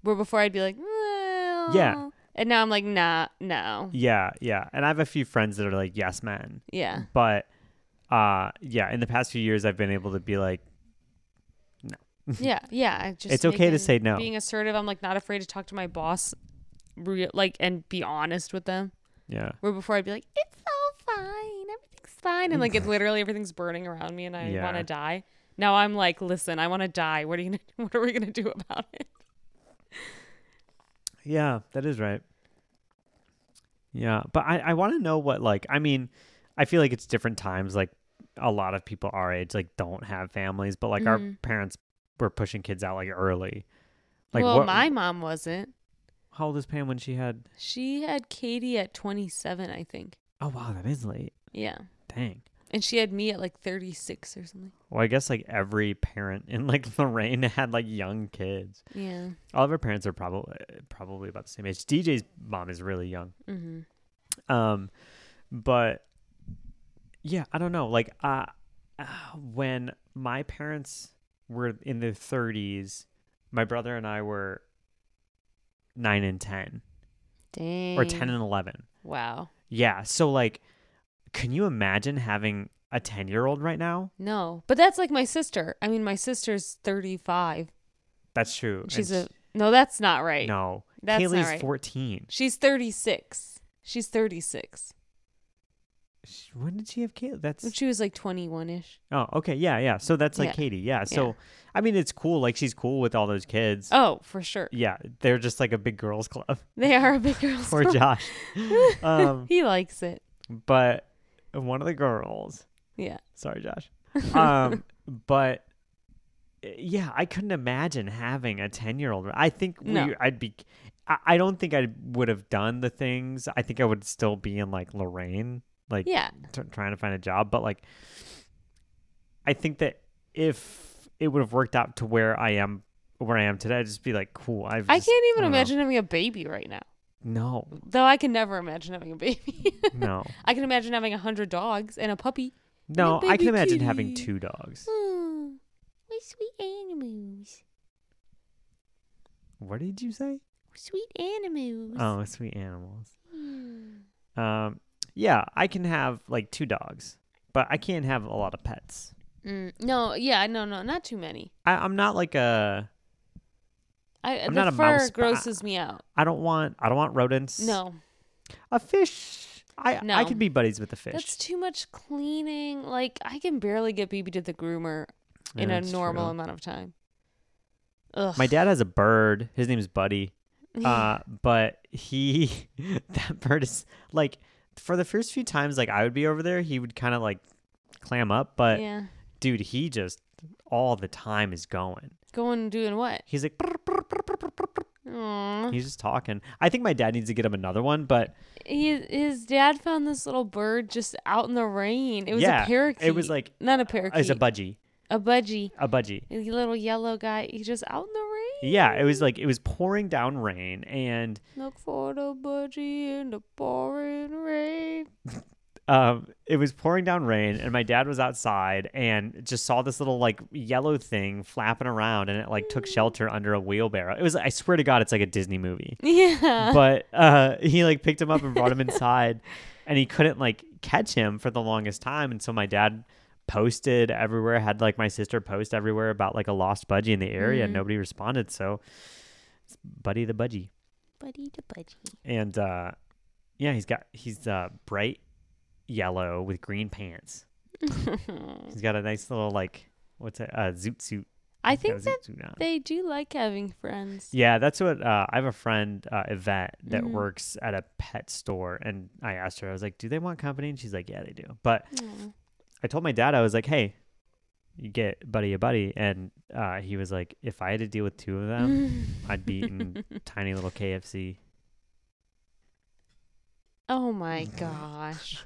S2: Where before I'd be like, well. And now I'm like, nah, no.
S3: Yeah. Yeah. And I have a few friends that are like, yes, men. [laughs]
S2: Yeah.
S3: but uh yeah in the past few years i've been able to be like
S2: Yeah. Yeah. I just
S3: It's okay to
S2: making-
S3: say no.
S2: Being assertive, I'm like not afraid to talk to my boss real like and be honest with them.
S3: yeah
S2: Where before I'd be like, it's all fine, everything's fine, and like it literally everything's burning around me, and I
S3: Mm. Yeah.
S2: want to die. Now I'm like, listen, I want to die. What are you gonna? [laughs] What are we gonna do about it?
S3: yeah that is right yeah but i i want to know what like i mean i feel like it's different times like a lot of people our age like don't have families but like our
S2: Mhm.
S3: parents were pushing kids out like early like
S2: well,
S3: what
S2: my mom wasn't.
S3: how old is pam when she had
S2: She had Katie at 27, I think.
S3: oh wow that is late
S2: Yeah,
S3: dang
S2: and she had me at like 36 or something.
S3: well i guess like every parent in like [laughs] lorraine had like young kids
S2: Yeah.
S3: all of our parents are probably probably about the same age dj's mom is really young
S2: Mm-hmm.
S3: um but yeah i don't know like uh uh, when my parents were in their 30s my brother and i were 9 and 10
S2: Dang.
S3: or 10 and 11
S2: Wow.
S3: yeah so like can you imagine having a 10 year old right now
S2: No, but that's like my sister. I mean, my sister's 35.
S3: that's true and
S2: She's a
S3: sh-
S2: no. That's not right.
S3: no
S2: That's not
S3: kaylee's
S2: right.
S3: 14
S2: She's 36. She's 36.
S3: Sh- when did she have Kaylee? That's
S2: When she was like 21 ish.
S3: oh, okay, yeah, yeah. So that's like
S2: Yeah.
S3: Katie, yeah. So, I mean, it's cool. Like she's cool with all those kids.
S2: Oh, for sure.
S3: Yeah, they're just like a big girls club. [laughs]
S2: They are a big girls. [laughs]
S3: Poor
S2: club.
S3: Josh. um,
S2: he likes it.
S3: but one of the girls.
S2: Yeah.
S3: Sorry, Josh.
S2: [laughs]
S3: Um, but uh, yeah, I couldn't imagine having a ten-year-old. I think we,
S2: No.
S3: I'd be. I, I don't think I would have done the things. I think I would still be in like Lorraine, like
S2: Yeah.
S3: t- trying to find a job. But like, I think that if it would have worked out to where I am, where I am today, I'd just be like, cool. I've
S2: I
S3: just-
S2: can't even
S3: don't know.
S2: imagine having a baby right now.
S3: No,
S2: Though I can never imagine having a baby. [laughs]
S3: no,
S2: I can imagine having a hundred dogs and a puppy.
S3: no. I
S2: baby
S3: can imagine having
S2: kitty.
S3: two dogs.
S2: Oh, my sweet animals.
S3: What did you say?
S2: Sweet animals.
S3: Oh, sweet animals.
S2: Mm.
S3: Um, yeah, I can have like two dogs, but I can't have a lot of pets.
S2: Mm, no, yeah, no, no, not too many.
S3: I, I'm not like a.
S2: I,
S3: I'm
S2: the
S3: not a
S2: fur
S3: mouse, but I-
S2: grosses me out.
S3: I don't want. I don't want rodents.
S2: No,
S3: a fish. I I
S2: No.
S3: could be buddies with a fish.
S2: that's too much cleaning. Like I can barely get BB to the groomer
S3: Yeah,
S2: in a
S3: that's
S2: normal
S3: true.
S2: amount of time. Ugh.
S3: My dad has a bird. His name's
S2: [laughs]
S3: Buddy. Uh, but he, [laughs] that bird is like, for the first few times, like I would be over there, he would kind of like clam up. But
S2: yeah,
S3: dude, he just all the time is going.
S2: going and doing what?
S3: He's like, "Brr, brr, brr, brr, brr, brr, brr."
S2: Aw.
S3: he's just talking. I think my dad needs to get him another one, but
S2: He, his dad found this little bird just out in the rain. It was
S3: Yeah,
S2: a
S3: it
S2: parakeet.
S3: was like-
S2: not a
S3: uh,
S2: parakeet.
S3: it's a budgie,
S2: a budgie.
S3: a budgie.
S2: A little yellow guy. He's just out in the rain.
S3: Yeah, it was like it was pouring down rain, and
S2: Look for the budgie in the pouring rain. [laughs]
S3: um, it was pouring down rain, and my dad was outside and just saw this little like yellow thing flapping around, and it like took shelter under a wheelbarrow. It was I swear to God, it's like a Disney movie.
S2: Yeah.
S3: [laughs] But uh, he like picked him up and brought him inside, and he couldn't like catch him for the longest time, and so my dad posted everywhere, had like my sister post everywhere about like a lost budgie in the area, and
S2: Mhm.
S3: nobody responded. So, it's Buddy the Budgie,
S2: budgie to budgie.
S3: and uh, yeah, he's got he's uh, bright yellow with green pants. He's got a nice little like what's it? Uh, zoot suit.
S2: [laughs] I
S3: He's got
S2: think
S3: a
S2: that
S3: zoot suit on.
S2: they do like having friends.
S3: Yeah, that's what uh, I have a friend uh, Yvette that
S2: Mhm.
S3: works at a pet store, and I asked her, I was like, "Do they want company?" And she's like, "Yeah, they do." But
S2: Aw.
S3: I told my dad, I was like, "Hey, you get buddy a buddy," and uh, he was like, "If I had to deal with two of them, I'd be eating tiny little KFC."
S2: oh my gosh.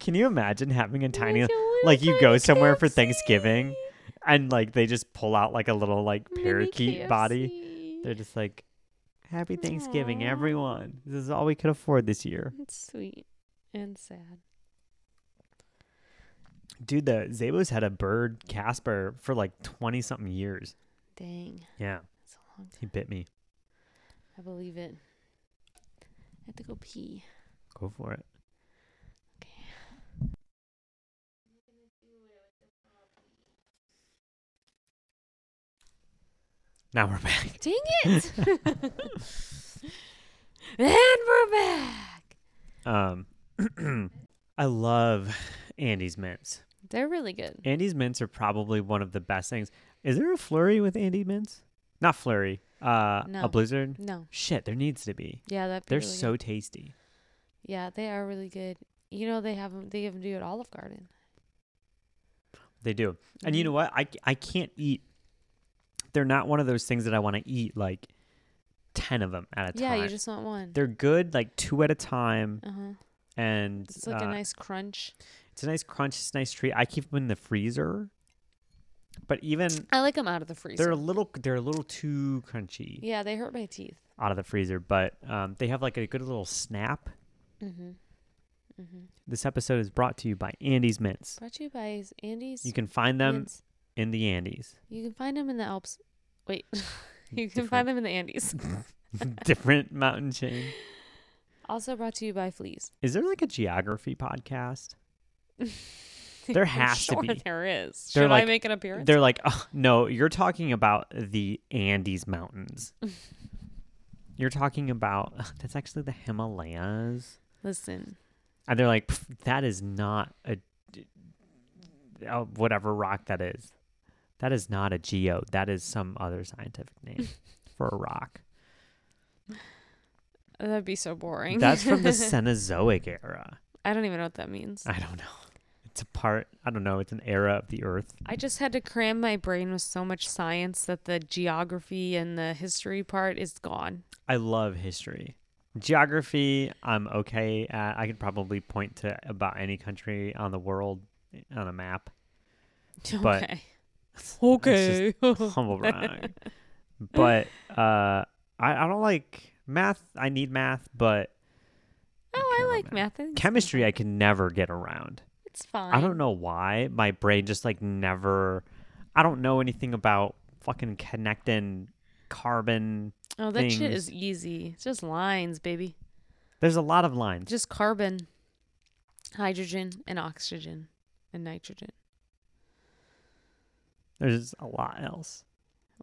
S3: Can you imagine having a tiny
S2: Like, I wanna
S3: like, you
S2: go
S3: go
S2: to
S3: somewhere for
S2: KFC.
S3: Thanksgiving, and like they just pull out like a little like
S2: Mini
S3: parakeet body?
S2: KFC.
S3: They're just like, Happy Thanksgiving,
S2: Aw.
S3: everyone. This is all we could afford this year.
S2: It's sweet and sad.
S3: Dude, the Zabos had a bird, Casper, for like 20 something years.
S2: Dang.
S3: Yeah.
S2: It's a long time.
S3: He bit me.
S2: I believe it. I have to go pee.
S3: Go for it. Now we're back.
S2: Dang
S3: [laughs]
S2: it! and we're back.
S3: Um, [clears throat] I love Andy's mints.
S2: They're really good.
S3: Andy's mints are probably one of the best things. Is there a flurry with Andy mints? Not flurry. Uh,
S2: No.
S3: a blizzard.
S2: No.
S3: Shit, there needs to be.
S2: Yeah, that.
S3: They're so tasty.
S2: Yeah, they are really good. You know, they have 'em- they even do at Olive Garden.
S3: They do. And you
S2: Mhm.
S3: know what? I, c- I can't eat. They're not one of those things that I want to eat like 10 of them at a
S2: yeah,
S3: time.
S2: you just want one.
S3: They're good like two at a time.
S2: Uh huh.
S3: And
S2: It's like
S3: uh,
S2: a nice crunch.
S3: it's a nice crunch. It's a nice treat. I keep them in the freezer. But even
S2: I like them out of the freezer.
S3: they're a little they're a little too crunchy
S2: yeah, they hurt my teeth.
S3: out of the freezer. But um, they have like a good little snap.
S2: Mm-hmm. Mm-hmm.
S3: This episode is brought to you by Andy's Mints.
S2: Brought to you by is- Andy's.
S3: You can find them
S2: Mints.
S3: in the Andes.
S2: [laughs]
S3: [laughs]
S2: You can find them in the Alps. Wait, [laughs] you can
S3: Different.
S2: find them in the Andes. [laughs]
S3: Different mountain chain.
S2: Also brought to you by Fleas.
S3: Is there like a geography podcast? There
S2: [laughs] I'm
S3: has to
S2: sure
S3: be.
S2: There is.
S3: They're
S2: Should I
S3: like-
S2: make an appearance?
S3: They're like, oh, no, you're talking about the Andes
S2: [laughs]
S3: Mountains. you're talking about [laughs] that's actually the Himalayas.
S2: Listen,
S3: And they're like, "Pff, that is not a, uh, whatever rock that is. That is not a geo. That is some other scientific name for a rock.
S2: that'd be so boring.
S3: That's from
S2: [laughs]
S3: the Cenozoic era.
S2: I don't even know what that means.
S3: I don't know. It's a part, I don't know, it's an era of the earth.
S2: I just had to cram my brain with so much science that the geography and the history part is gone. [laughs]
S3: I love history. Geography, I'm okay at. I could probably point to about any country on the world on a map. [laughs] But-
S2: okay.
S3: [laughs]
S2: [laughs] Oh,
S3: It's just humble brag. But uh, I, I don't like math I need math, but
S2: Oh,
S3: care
S2: I
S3: about
S2: like math. I think it's
S3: chemistry I can never get around.
S2: It's fine.
S3: I don't know why. My brain just like never I don't know anything about fucking connecting carbon.
S2: Oh, that shit
S3: things.
S2: is easy. It's just lines, baby.
S3: There's a lot of lines.
S2: Just carbon, hydrogen, and oxygen, and nitrogen.
S3: There's a lot else.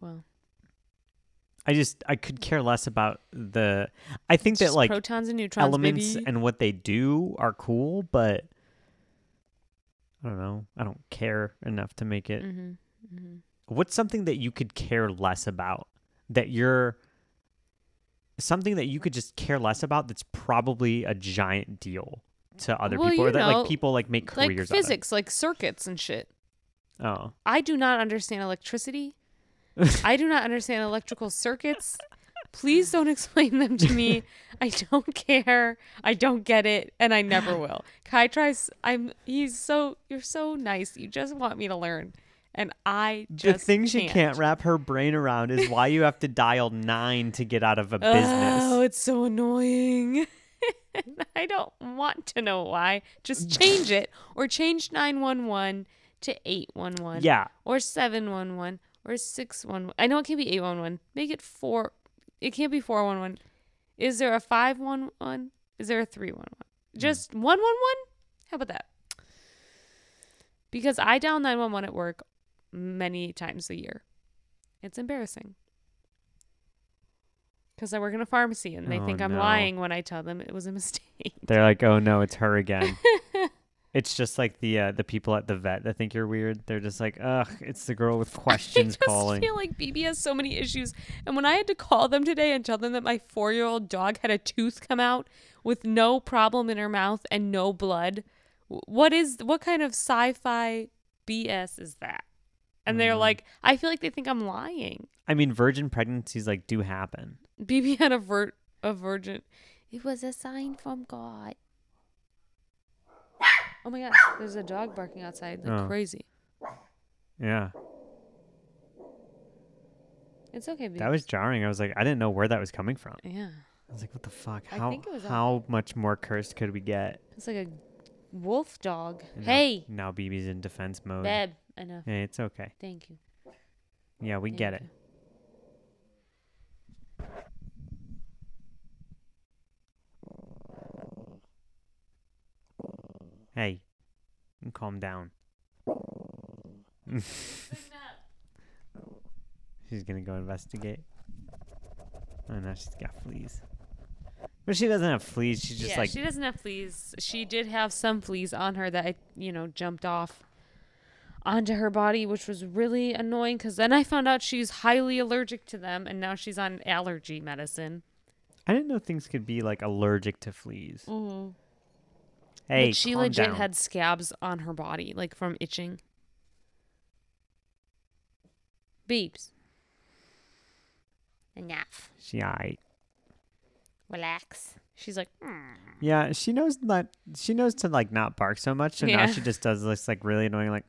S2: Well,
S3: I just I could care less about the I think that
S2: just
S3: like
S2: protons and neutrons,
S3: elements
S2: baby.
S3: and what they do are cool, but I don't know. I don't care enough to make it.
S2: Mm-hmm. Mm-hmm.
S3: What's something that you could care less about that you're something that you could just care less about that's probably a giant deal to other
S2: Well,
S3: people or
S2: you
S3: that
S2: know,
S3: like people like make
S2: Like
S3: careers Oh.
S2: physics, like circuits and shit.
S3: out of.
S2: I do not
S3: [laughs]
S2: understand electricity. I do not understand electrical circuits. Please don't explain them to me. I don't care. I don't get it, and I never will. Kai tries. I'm. He's so. You're so nice. You just want me to learn, and I
S3: Oh.
S2: just
S3: The thing she
S2: can't.
S3: can't wrap her brain around is why you have to dial 9 to get out of a
S2: Oh,
S3: business.
S2: it's so annoying. [laughs] I don't want to know why. Just change it or change 911 to 811.
S3: Yeah.
S2: Or 711 or 611. I know it can be 811. Make it 4. It can't be 411. Is there a 511? Is there a 311?
S3: Hmm.
S2: Just 111? How about that? Because I dial 911 at work many times a year. It's embarrassing. Because I work in a pharmacy and they
S3: Oh,
S2: think I'm
S3: no.
S2: lying when I tell them it was a [laughs] mistake.
S3: They're like, "Oh no, it's her
S2: [laughs]
S3: again." it's just like the uh, the people at the vet that think you're weird. They're just like, "Ugh, it's the girl with questions
S2: [laughs] I just
S3: calling."
S2: feel like BB has so many issues. And when I had to call them today and tell them that my four year old dog had a tooth come out with no problem in her mouth and no blood, w- what is what kind of sci fi BS is that? And
S3: Mm-hmm.
S2: they're like, I feel like they think I'm lying.
S3: I mean, virgin pregnancies like do happen.
S2: BB had a vir- a virgin. It was a sign from God. Oh my gosh, there's a dog barking outside like
S3: Oh.
S2: crazy.
S3: Yeah,
S2: It's okay, BB.
S3: that was jarring. I was like, I didn't know where that was coming from.
S2: yeah.
S3: I was like, "What the fuck?
S2: I
S3: How
S2: think it was a-
S3: how much more cursed could we get?"
S2: It's like a wolf dog.
S3: And now-
S2: Hey,
S3: now BB's in defense mode.
S2: Beb, enough.
S3: Hey, it's okay.
S2: Thank you.
S3: Yeah, we
S2: Thank
S3: get it.
S2: you.
S3: Hey, calm down. she's gonna go investigate. Oh no, she's got fleas. But she doesn't have fleas. [laughs] She's just
S2: yeah,
S3: like
S2: she doesn't have fleas. She did have some fleas on her that I, you know, jumped off onto her body, which was really annoying. Because then I found out she's highly allergic to them, and now she's on allergy medicine.
S3: I didn't know things could be like allergic to fleas. Hey,
S2: Like, she
S3: calm
S2: legit
S3: down.
S2: had scabs on her body, like from itching. Beeps. Enough.
S3: She aight.
S2: Relax. She's like, "Mm."
S3: Yeah, she knows that she knows to like not bark so much. So
S2: Yeah.
S3: now she just does this like really annoying like.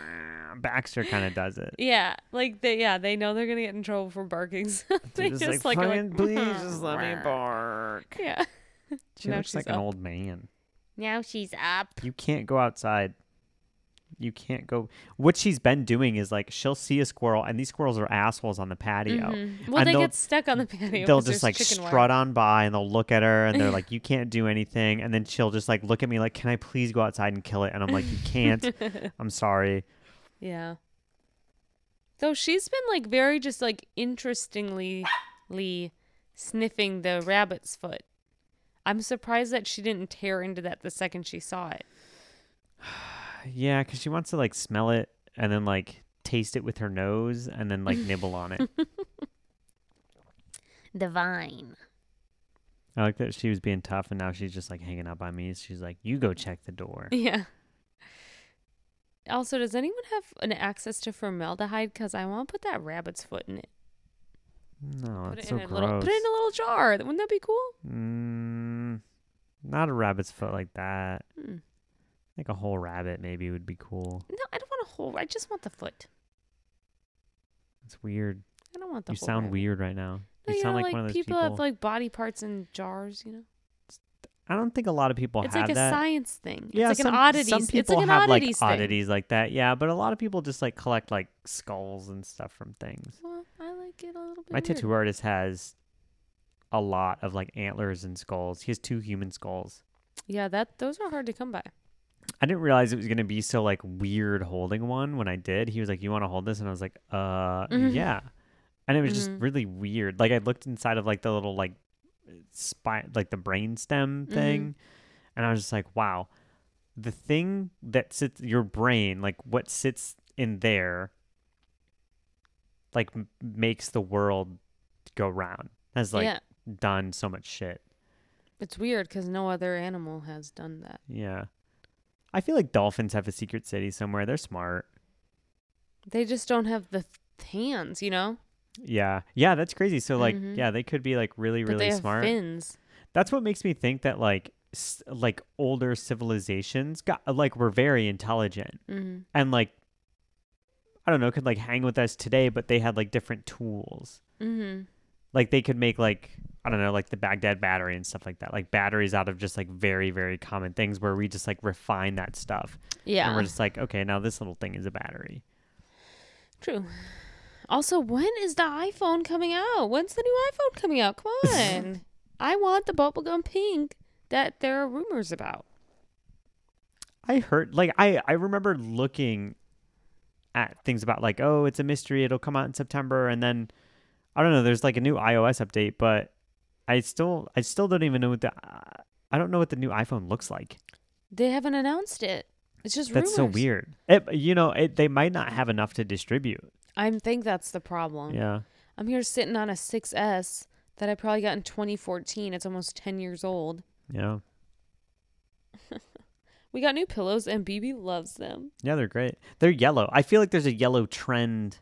S2: [laughs]
S3: Baxter kind of does it.
S2: yeah, like they, yeah, they know they're gonna get in trouble for barking, [laughs] so
S3: They're
S2: [laughs] they just, like, are
S3: "Fucking
S2: like [laughs]
S3: please, just let me bark.
S2: yeah.
S3: She
S2: Now
S3: looks
S2: she's
S3: like
S2: up.
S3: an old man.
S2: Now she's up.
S3: You can't go outside. You can't go. What she's been doing is like she'll see a squirrel, and these squirrels are assholes on the patio.
S2: Well,
S3: and
S2: they
S3: they'll-
S2: get stuck on the [laughs] patio.
S3: they'll
S2: 'cause
S3: just
S2: there's
S3: like
S2: chicken
S3: strut
S2: wire.
S3: on by and they'll look at her and they're
S2: [laughs]
S3: like you can't do anything and then she'll just like look at me like can i please go outside and kill it and i'm like you can't
S2: [laughs]
S3: i'm sorry
S2: Yeah. Though she's been like very just like interestingly ly sniffing the rabbit's foot. I'm surprised that she didn't tear into that the second she saw it.
S3: yeah because she wants to like smell it and then like taste it with her nose and then like nibble on
S2: [laughs]
S3: it
S2: The vine.
S3: i like that she was being tough and now she's just like hanging up on me she's like you go check the
S2: [laughs]
S3: door
S2: Yeah. Also, does anyone have an access to formaldehyde? Because I want to put that rabbit's foot in it.
S3: no
S2: Put it
S3: that's
S2: in
S3: Oh, so
S2: a
S3: gross
S2: little. Put it in a little jar. Wouldn't that be cool?
S3: mm, not a rabbit's foot like that
S2: Hmm.
S3: like a whole rabbit maybe would be cool
S2: No, I don't want a whole. I just want the foot.
S3: it's weird
S2: I don't want the.
S3: you
S2: whole
S3: sound
S2: rabbit.
S3: weird right now You
S2: you
S3: sound
S2: know,
S3: like
S2: like,
S3: one of those
S2: people,
S3: people-
S2: have like body parts in jars. You know,
S3: I don't think a lot of people
S2: it's
S3: have
S2: like a
S3: that.
S2: science thing. It's
S3: yeah,
S2: like
S3: some,
S2: an oddities.
S3: Some people
S2: it's like an
S3: have
S2: oddities
S3: like
S2: thing.
S3: oddities like that. Yeah, but a lot of people just like collect like skulls and stuff from things.
S2: Well, I like it a little bit.
S3: My
S2: weird.
S3: tattoo artist has a lot of like antlers and skulls. He has two human skulls.
S2: Yeah, that those are hard to come by.
S3: I didn't realize it was gonna be so like weird holding one when I did. He was like, "You want to hold this?" And I was like, "Uh,
S2: Mhm.
S3: yeah." And it was just
S2: Mhm.
S3: really weird. Like I looked inside of like the little like spine, like the brain stem
S2: Mhm.
S3: thing, and I was just like, "Wow, the thing that sits your brain, like what sits in there, like m- makes the world go round." Has like
S2: yeah,
S3: done so much shit.
S2: it's weird because no other animal has done that.
S3: Yeah. I feel like dolphins have a secret city somewhere. They're smart.
S2: They just don't have the th- hands, you know.
S3: Yeah. Yeah, that's crazy. So like,
S2: Mhm.
S3: yeah, they could be like really
S2: but they
S3: really
S2: have
S3: smart.
S2: fins.
S3: That's what makes me think that like s- like older civilizations got like were very intelligent
S2: hmm
S3: and like I don't know, could like hang with us today, but they had like different tools.
S2: hmm
S3: Like they could make like I don't know, like the Baghdad battery and stuff like that. Like batteries out of just like very very common things where we just like refine that stuff. And
S2: Yeah,
S3: we're just like, okay, now this little thing is a battery.
S2: true. Also, when is the iPhone coming out? When's the new iPhone coming
S3: [laughs]
S2: out? Come on, I want the bubblegum pink that there are rumors about.
S3: I heard like I I remember looking at things about like, oh, it's a mystery, it'll come out in September and then I don't know, there's like a new iOS update, but I still I still don't even know what the I don't know what the new iPhone looks like.
S2: They haven't announced it. It's just
S3: That's so
S2: rumors.
S3: weird. It, you know, it, they might not have enough to distribute.
S2: I think that's the problem.
S3: Yeah.
S2: I'm here sitting on a 6S that I probably got in 2014. It's almost 10 years old.
S3: Yeah.
S2: We got new pillows and BB loves them.
S3: Yeah, they're great. They're yellow. I feel like there's a yellow trend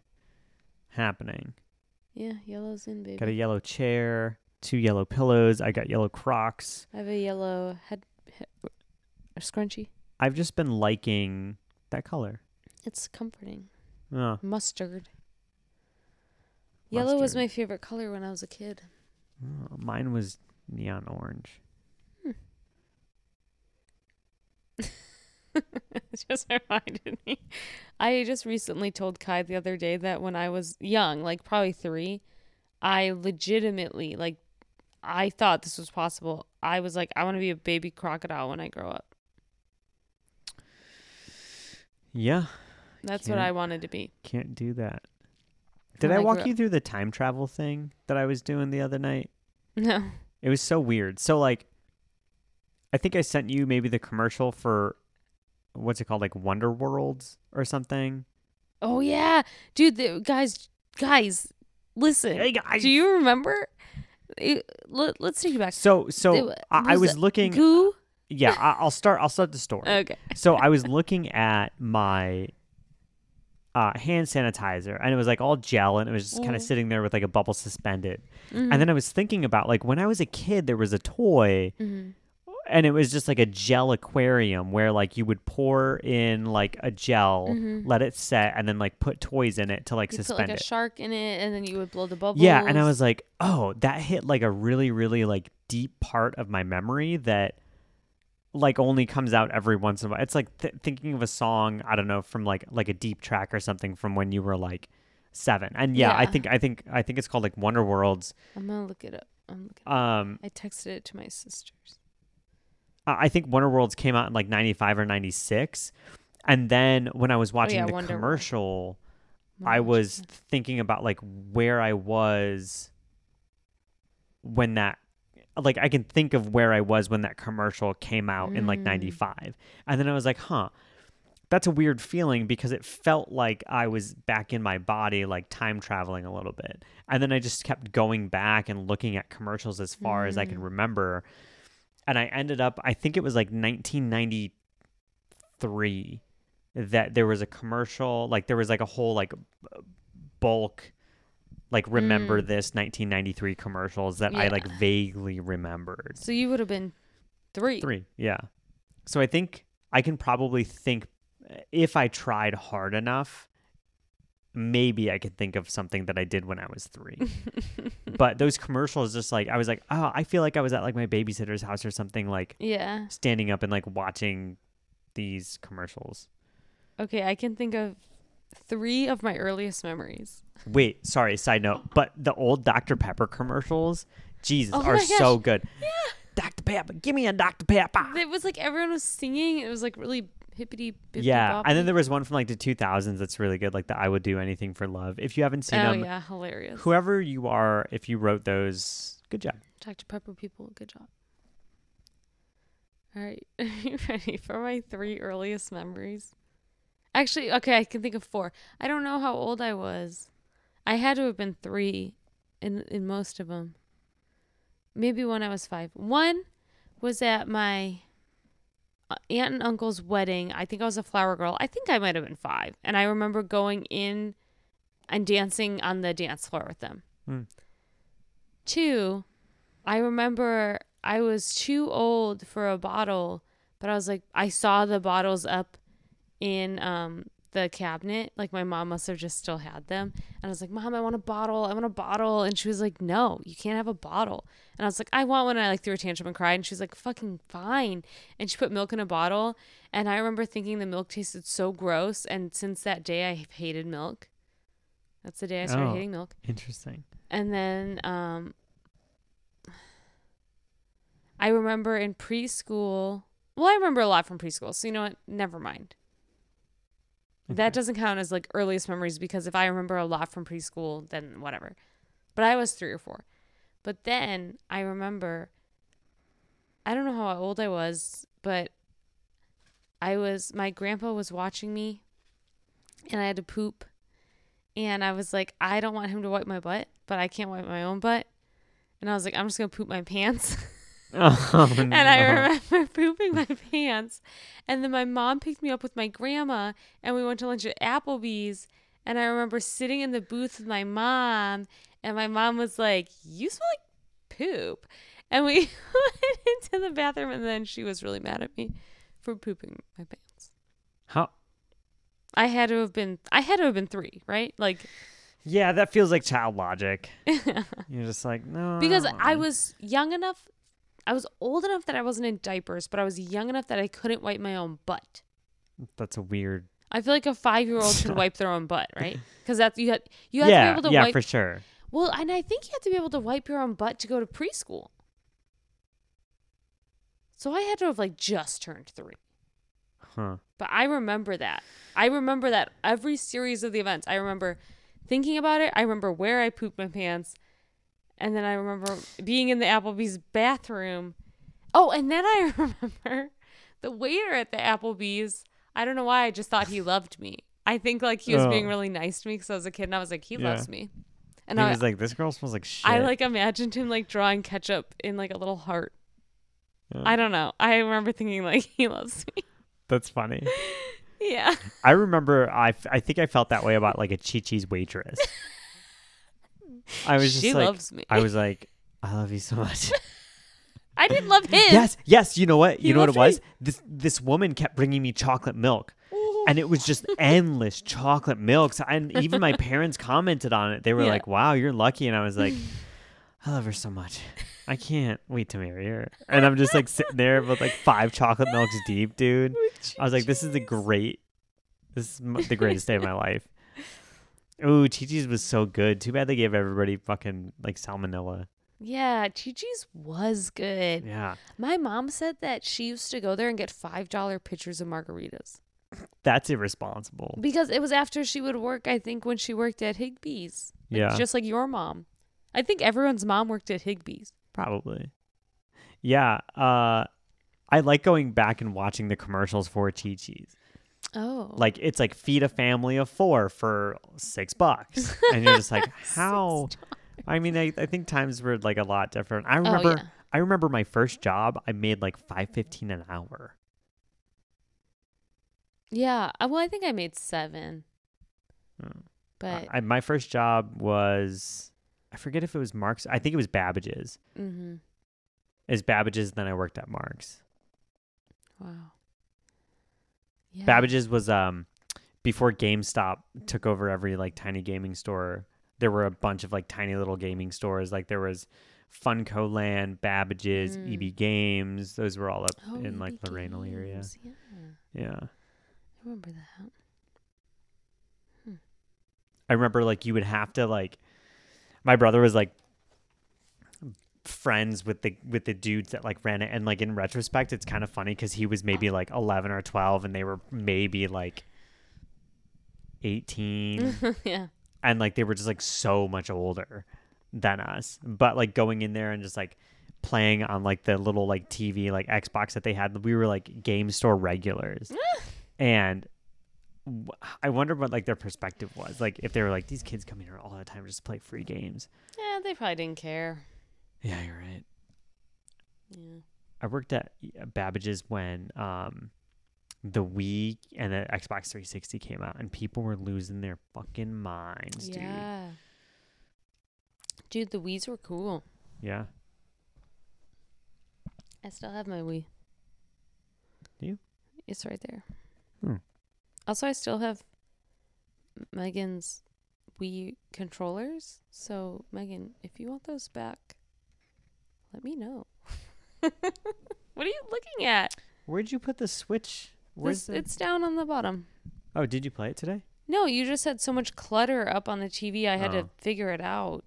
S3: happening.
S2: Yeah, yellow's in, baby.
S3: Got a yellow chair, two yellow pillows, I got yellow Crocs.
S2: I have a yellow head, he- a scrunchie.
S3: I've just been liking that color.
S2: It's comforting.
S3: Oh,
S2: Mustard. Yellow was
S3: Mustard.
S2: my favorite color when I was a kid.
S3: oh, mine was neon orange.
S2: [laughs] It just reminded me. I just recently told Kai the other day that when I was young, like probably three, I legitimately, like, I thought this was possible. I was like, I want to be a baby crocodile when I grow up.
S3: Yeah,
S2: That's what
S3: Can't-
S2: I wanted to be. [laughs]
S3: can't do that. Did
S2: When
S3: I
S2: I
S3: walk
S2: grew
S3: you through the time travel thing that I was doing the other night?
S2: No.
S3: It was so weird. So like I think I sent you maybe the commercial for what's it called like Wonder Worlds or something.
S2: Oh, yeah. Dude, the, guys, guys, listen.
S3: Hey guys.
S2: Do you remember? It- let, us take you back.
S3: so so
S2: It
S3: I, I
S2: was
S3: was looking
S2: Goo?
S3: yeah, I, I'll start I'll start the story.
S2: Okay.
S3: so I was looking at my uh, hand sanitizer, and it was like all gel, and it was just
S2: Mm.
S3: kind of sitting there with like a bubble suspended.
S2: Mm-hmm.
S3: And then I was thinking about like when I was a kid, there was a toy,
S2: Mm-hmm.
S3: and it was just like a gel aquarium where like you would pour in like a gel, let it set, and then like put toys in it to like
S2: Mm-hmm. You put
S3: suspend
S2: like a
S3: it.
S2: shark in it and then you would blow the bubbles.
S3: Yeah, and I was like, oh, that hit like a really, really like deep part of my memory that like only comes out every once in a while. It's like th- thinking of a song, I don't know, from like like a deep track or something from when you were like seven. And yeah, I
S2: Yeah.
S3: think I think I think it's called like Wonder Worlds.
S2: I'm going to look it up. I'm looking.
S3: Um,
S2: I texted it to my sisters.
S3: I I think Wonder Worlds came out in like ninety five or ninety six, and then when I was watching
S2: Oh, yeah,
S3: the
S2: Wonder World.
S3: commercial.
S2: My
S3: I
S2: gosh.
S3: was thinking about like where I was when that like I can think of where I was when that commercial came out in like 95. And then I was like, "Huh. That's a weird feeling because it felt like I was back in my body like time traveling a little bit." And then I just kept going back and looking at commercials as far as I can remember. And I ended up I think it was like 1993 that there was a commercial like there was like a whole like b- bulk like remember this 1993 commercials that I
S2: Yeah.
S3: like vaguely remembered.
S2: So you would have been three.
S3: 3. Yeah. So I think I can probably think if I tried hard enough maybe I could think of something that I did when I was three. but those commercials, just like I was like, oh, I feel like I was at like my babysitter's house or something, like
S2: yeah.
S3: standing up and like watching these commercials.
S2: Okay, I can think of three of my earliest memories.
S3: Wait, sorry, side note, but the old Dr. Pepper commercials, Jesus,
S2: Oh
S3: are
S2: my gosh.
S3: so good. Yeah. Dr. Pepper, give me a Dr. Pepper.
S2: It was like everyone was singing. It was like really hippity bippity.
S3: yeah, and then there was one from like the 2000s that's really good, like the I Would Do Anything for Love. If you haven't seen
S2: Oh
S3: them,
S2: yeah, hilarious.
S3: whoever you are, if you wrote those, good job.
S2: Dr. Pepper people, good job. All right, [laughs] are you ready for my three earliest memories? Actually, okay, I can think of four. I don't know how old I was. I had to have been three in in most of them. Maybe when I was five. One was at my uh, aunt and uncle's wedding. I think I was a flower girl. I think I might have been five, and I remember going in and dancing on the dance floor with them.
S3: Hmm.
S2: Two, I remember I was too old for a bottle, but I was like, I saw the bottles up in um, the cabinet. Like my mom must have just still had them, and I was like, Mom, I want a bottle. I want a bottle, and she was like, No, you can't have a bottle. And I was like, I want one. And I like threw a tantrum and cried, and she was like, Fucking fine. And she put milk in a bottle, and I remember thinking the milk tasted so gross, and since that day I have hated milk. That's the day I started
S3: Oh.
S2: hating milk.
S3: Interesting.
S2: And then um I remember in preschool. Well, I remember a lot from preschool. So you know what? Never mind. That doesn't count as like earliest memories because if I remember a lot from preschool, then whatever. But I was 3 or 4. But then I remember I don't know how old I was, but I was my grandpa was watching me and I had to poop and I was like, I don't want him to wipe my butt, but I can't wipe my own butt. And I was like, I'm just gonna poop my pants.
S3: [laughs]
S2: [laughs]
S3: Oh, no.
S2: and I remember [laughs] pooping my pants. And then my mom picked me up with my grandma, and we went to lunch at Applebee's. And I remember sitting in the booth with my mom, and my mom was like, "You smell like poop." And we [laughs] went into the bathroom, and then she was really mad at me for pooping my pants.
S3: How?
S2: I had to have been, I had to have been three, right? Like [laughs]
S3: Yeah, that feels like child logic. You're just like, no.
S2: because
S3: don't
S2: I
S3: know."
S2: was young enough, I was old enough that I wasn't in diapers, but I was young enough that I couldn't wipe my own butt.
S3: That's a weird.
S2: I feel like a five year
S3: [laughs]
S2: old should wipe their own butt, right? Because that's you have you have
S3: yeah,
S2: to be able to
S3: yeah,
S2: wipe.
S3: for sure.
S2: Well, and I think you have to be able to wipe your own butt to go to preschool. So I had to have like just turned three,
S3: Huh.
S2: but I remember that. I remember that every series of the events. I remember thinking about it. I remember where I pooped my pants, and then I remember being in the Applebee's bathroom. Oh, and then I [laughs] remember the waiter at the Applebee's. I don't know why. I just thought he loved me. I think like he was being
S3: Oh.
S2: really nice to me because I was a kid and I was like, he
S3: Yeah.
S2: loves me. And
S3: he
S2: I,
S3: was like, this girl smells like shit.
S2: I like imagined him like drawing ketchup in like a little heart.
S3: Yeah.
S2: I don't know. I remember thinking like [laughs] he loves me.
S3: That's funny.
S2: [laughs] yeah.
S3: I remember. I f- I think I felt that way about like a Chi Chi's
S2: [laughs]
S3: waitress. I was just
S2: She
S3: like,
S2: loves me.
S3: I was like, I love you so much.
S2: [laughs] I didn't love him.
S3: yes, yes. You know what? You
S2: He
S3: know what it
S2: loved
S3: was? This this woman kept bringing me chocolate milk.
S2: [laughs]
S3: And it was just endless chocolate milks. And even my
S2: [laughs]
S3: parents commented on it. They were
S2: Yeah.
S3: like, wow, you're lucky. And I was
S2: [laughs]
S3: like, I love her so much. I can't wait to marry her. And I'm just like sitting there with like five chocolate milks deep, dude. I was like, this is the great, this is m- the greatest day of my life. Ooh, Chi Chi's was so good. Too bad they gave everybody fucking like salmonella.
S2: Yeah, Chi Chi's was good.
S3: Yeah.
S2: My mom said that she used to go there and get five dollar pitchers of margaritas.
S3: That's irresponsible.
S2: Because it was after she would work, I think, when she worked at Higbee's. Like,
S3: Yeah.
S2: Just like your mom. I think everyone's mom worked at Higbee's.
S3: Probably. Yeah. Uh, I like going back and watching the commercials for Chi Chi's.
S2: Oh.
S3: Like it's like feed a family of four for six bucks, and you're
S2: [laughs]
S3: just like, how? I mean, I, I think times were like a lot different. I remember,
S2: Oh, yeah.
S3: I remember my first job. I made like five fifteen an hour.
S2: Yeah. uh, Well, I think I made seven.
S3: Mm.
S2: But
S3: I, my first job was, I forget if it was Mark's. I think it was Babbage's.
S2: mm-hmm.
S3: Is Babbage's? Then I worked at Mark's.
S2: Wow. Yeah.
S3: Babbage's was um before GameStop took over every like tiny gaming store, there were a bunch of like tiny little gaming stores. Like there was Funko Land, Babbage's,
S2: Mm.
S3: EB Games. Those were all up
S2: Oh,
S3: in like the
S2: EB
S3: Raynal area.
S2: Games, Yeah, I
S3: Yeah.
S2: remember that. [laughs]
S3: I remember like you would have to like my brother was like friends with the with the dudes that like ran it and like in retrospect it's kind of funny cuz he was maybe like 11 or 12 and they were maybe like 18
S2: yeah.
S3: and like they were just like so much older than us but like going in there and just like playing on like the little like TV like Xbox that they had we were like game store
S2: [gasps]
S3: regulars and w- I wonder what like their perspective was like if they were like these kids come here all the time just to play free games
S2: Yeah, they probably didn't care.
S3: yeah you're right
S2: Yeah.
S3: I worked at uh, Babbage's when um the Wii and the Xbox 360 came out and people were losing their fucking minds dude
S2: Yeah. Dude, the Wii's were cool.
S3: yeah
S2: I still have my Wii.
S3: Do you?
S2: It's right there.
S3: Hmm.
S2: Also, I still have Megan's Wii controllers. So, Megan, if you want those back, let me know. [laughs] what are you looking at?
S3: Where'd you put the Switch? Where's
S2: This,
S3: the...
S2: It's down on the bottom.
S3: Oh, did you play it today?
S2: No, you just had so much clutter up on the TV. I had to
S3: Oh.
S2: figure it
S3: [laughs]
S2: out.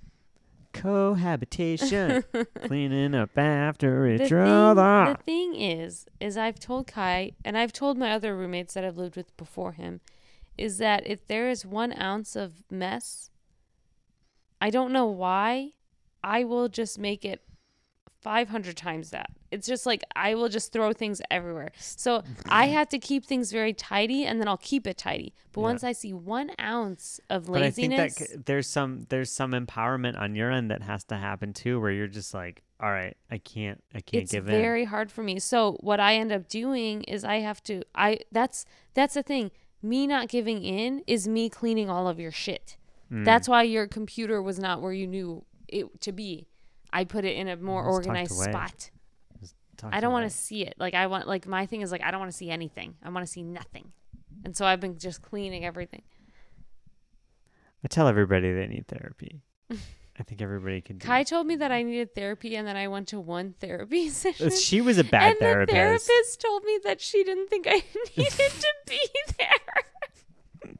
S2: [laughs]
S3: Cohabitation,
S2: the
S3: cleaning up after each
S2: thing,
S3: other.
S2: the thing is, is I've told Kai and I've told my other roommates that I've lived with before him, is that if there is one ounce of mess, I don't know why, I will just make it 500 times that. It's just like I will just throw things everywhere. So
S3: [laughs]
S2: I have to keep things very tidy and then I'll keep it tidy. But
S3: Yeah.
S2: once I see one ounce of
S3: But I think
S2: laziness,
S3: that c- there's some there's some empowerment on your end that has to happen too, where you're just like, all right, I can't, I can't
S2: it's
S3: give
S2: very hard for me so what i end up doing is i have to i that's that's the thing me not giving in is me cleaning all of your shit
S3: in. Mm.
S2: that's why your computer was not where you knew it to be i put it in a more
S3: It's tucked
S2: organized
S3: away.
S2: spot
S3: Talk
S2: i don't want
S3: about-
S2: to see it like i want like my thing is like i don't want to see anything i want to see nothing and so i've been just cleaning everything
S3: I tell everybody they need
S2: [laughs]
S3: therapy. I think everybody can. Do
S2: kai told me that i needed therapy and then i went to one therapy [laughs] session
S3: Uh, She was a bad
S2: and
S3: therapist.
S2: the therapist told me that she didn't think I [laughs] needed to be there.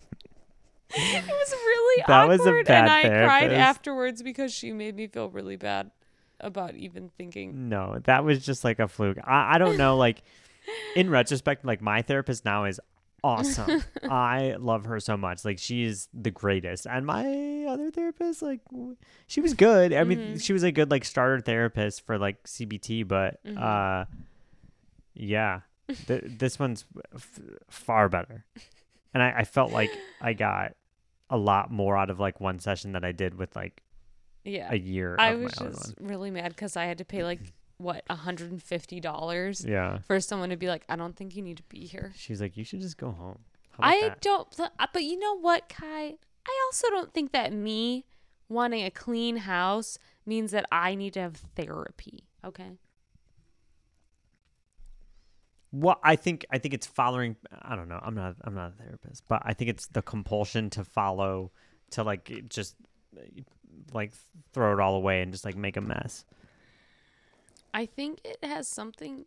S2: it was really
S3: That
S2: awkward,
S3: was a bad
S2: and I cried
S3: therapist.
S2: afterwards because she made me feel really bad about even thinking.
S3: No, that was just like a fluke. I, I don't know.
S2: [laughs]
S3: Like in retrospect, like my therapist now is
S2: [laughs]
S3: awesome. I love her so much. Like she is the greatest. And my other therapist, like w- she was good. I mean,
S2: Mhm.
S3: she was a good like starter therapist for like CBT, but
S2: Mhm.
S3: uh,
S2: [laughs]
S3: yeah, th- this one's f- far better. And I, I felt like I got a lot more out of like one session that I did with like
S2: Yeah,
S3: a year
S2: I
S3: of
S2: was
S3: my other
S2: just really mad because I had to pay like what hundred and fifty dollars
S3: one. Yeah.
S2: for someone to be like, "I don't think you need to be here."
S3: She's like, you should just go home. How about
S2: I
S3: that?
S2: don't, pl- uh, but you know what, Kai? I also don't think that me wanting a clean house means that I need to have therapy. Okay.
S3: Well, I think I think it's following. I don't know. I'm not. I'm not a therapist, but I think it's the compulsion to follow, to like it just like throw it all away and just like make a mess.
S2: I think it has something.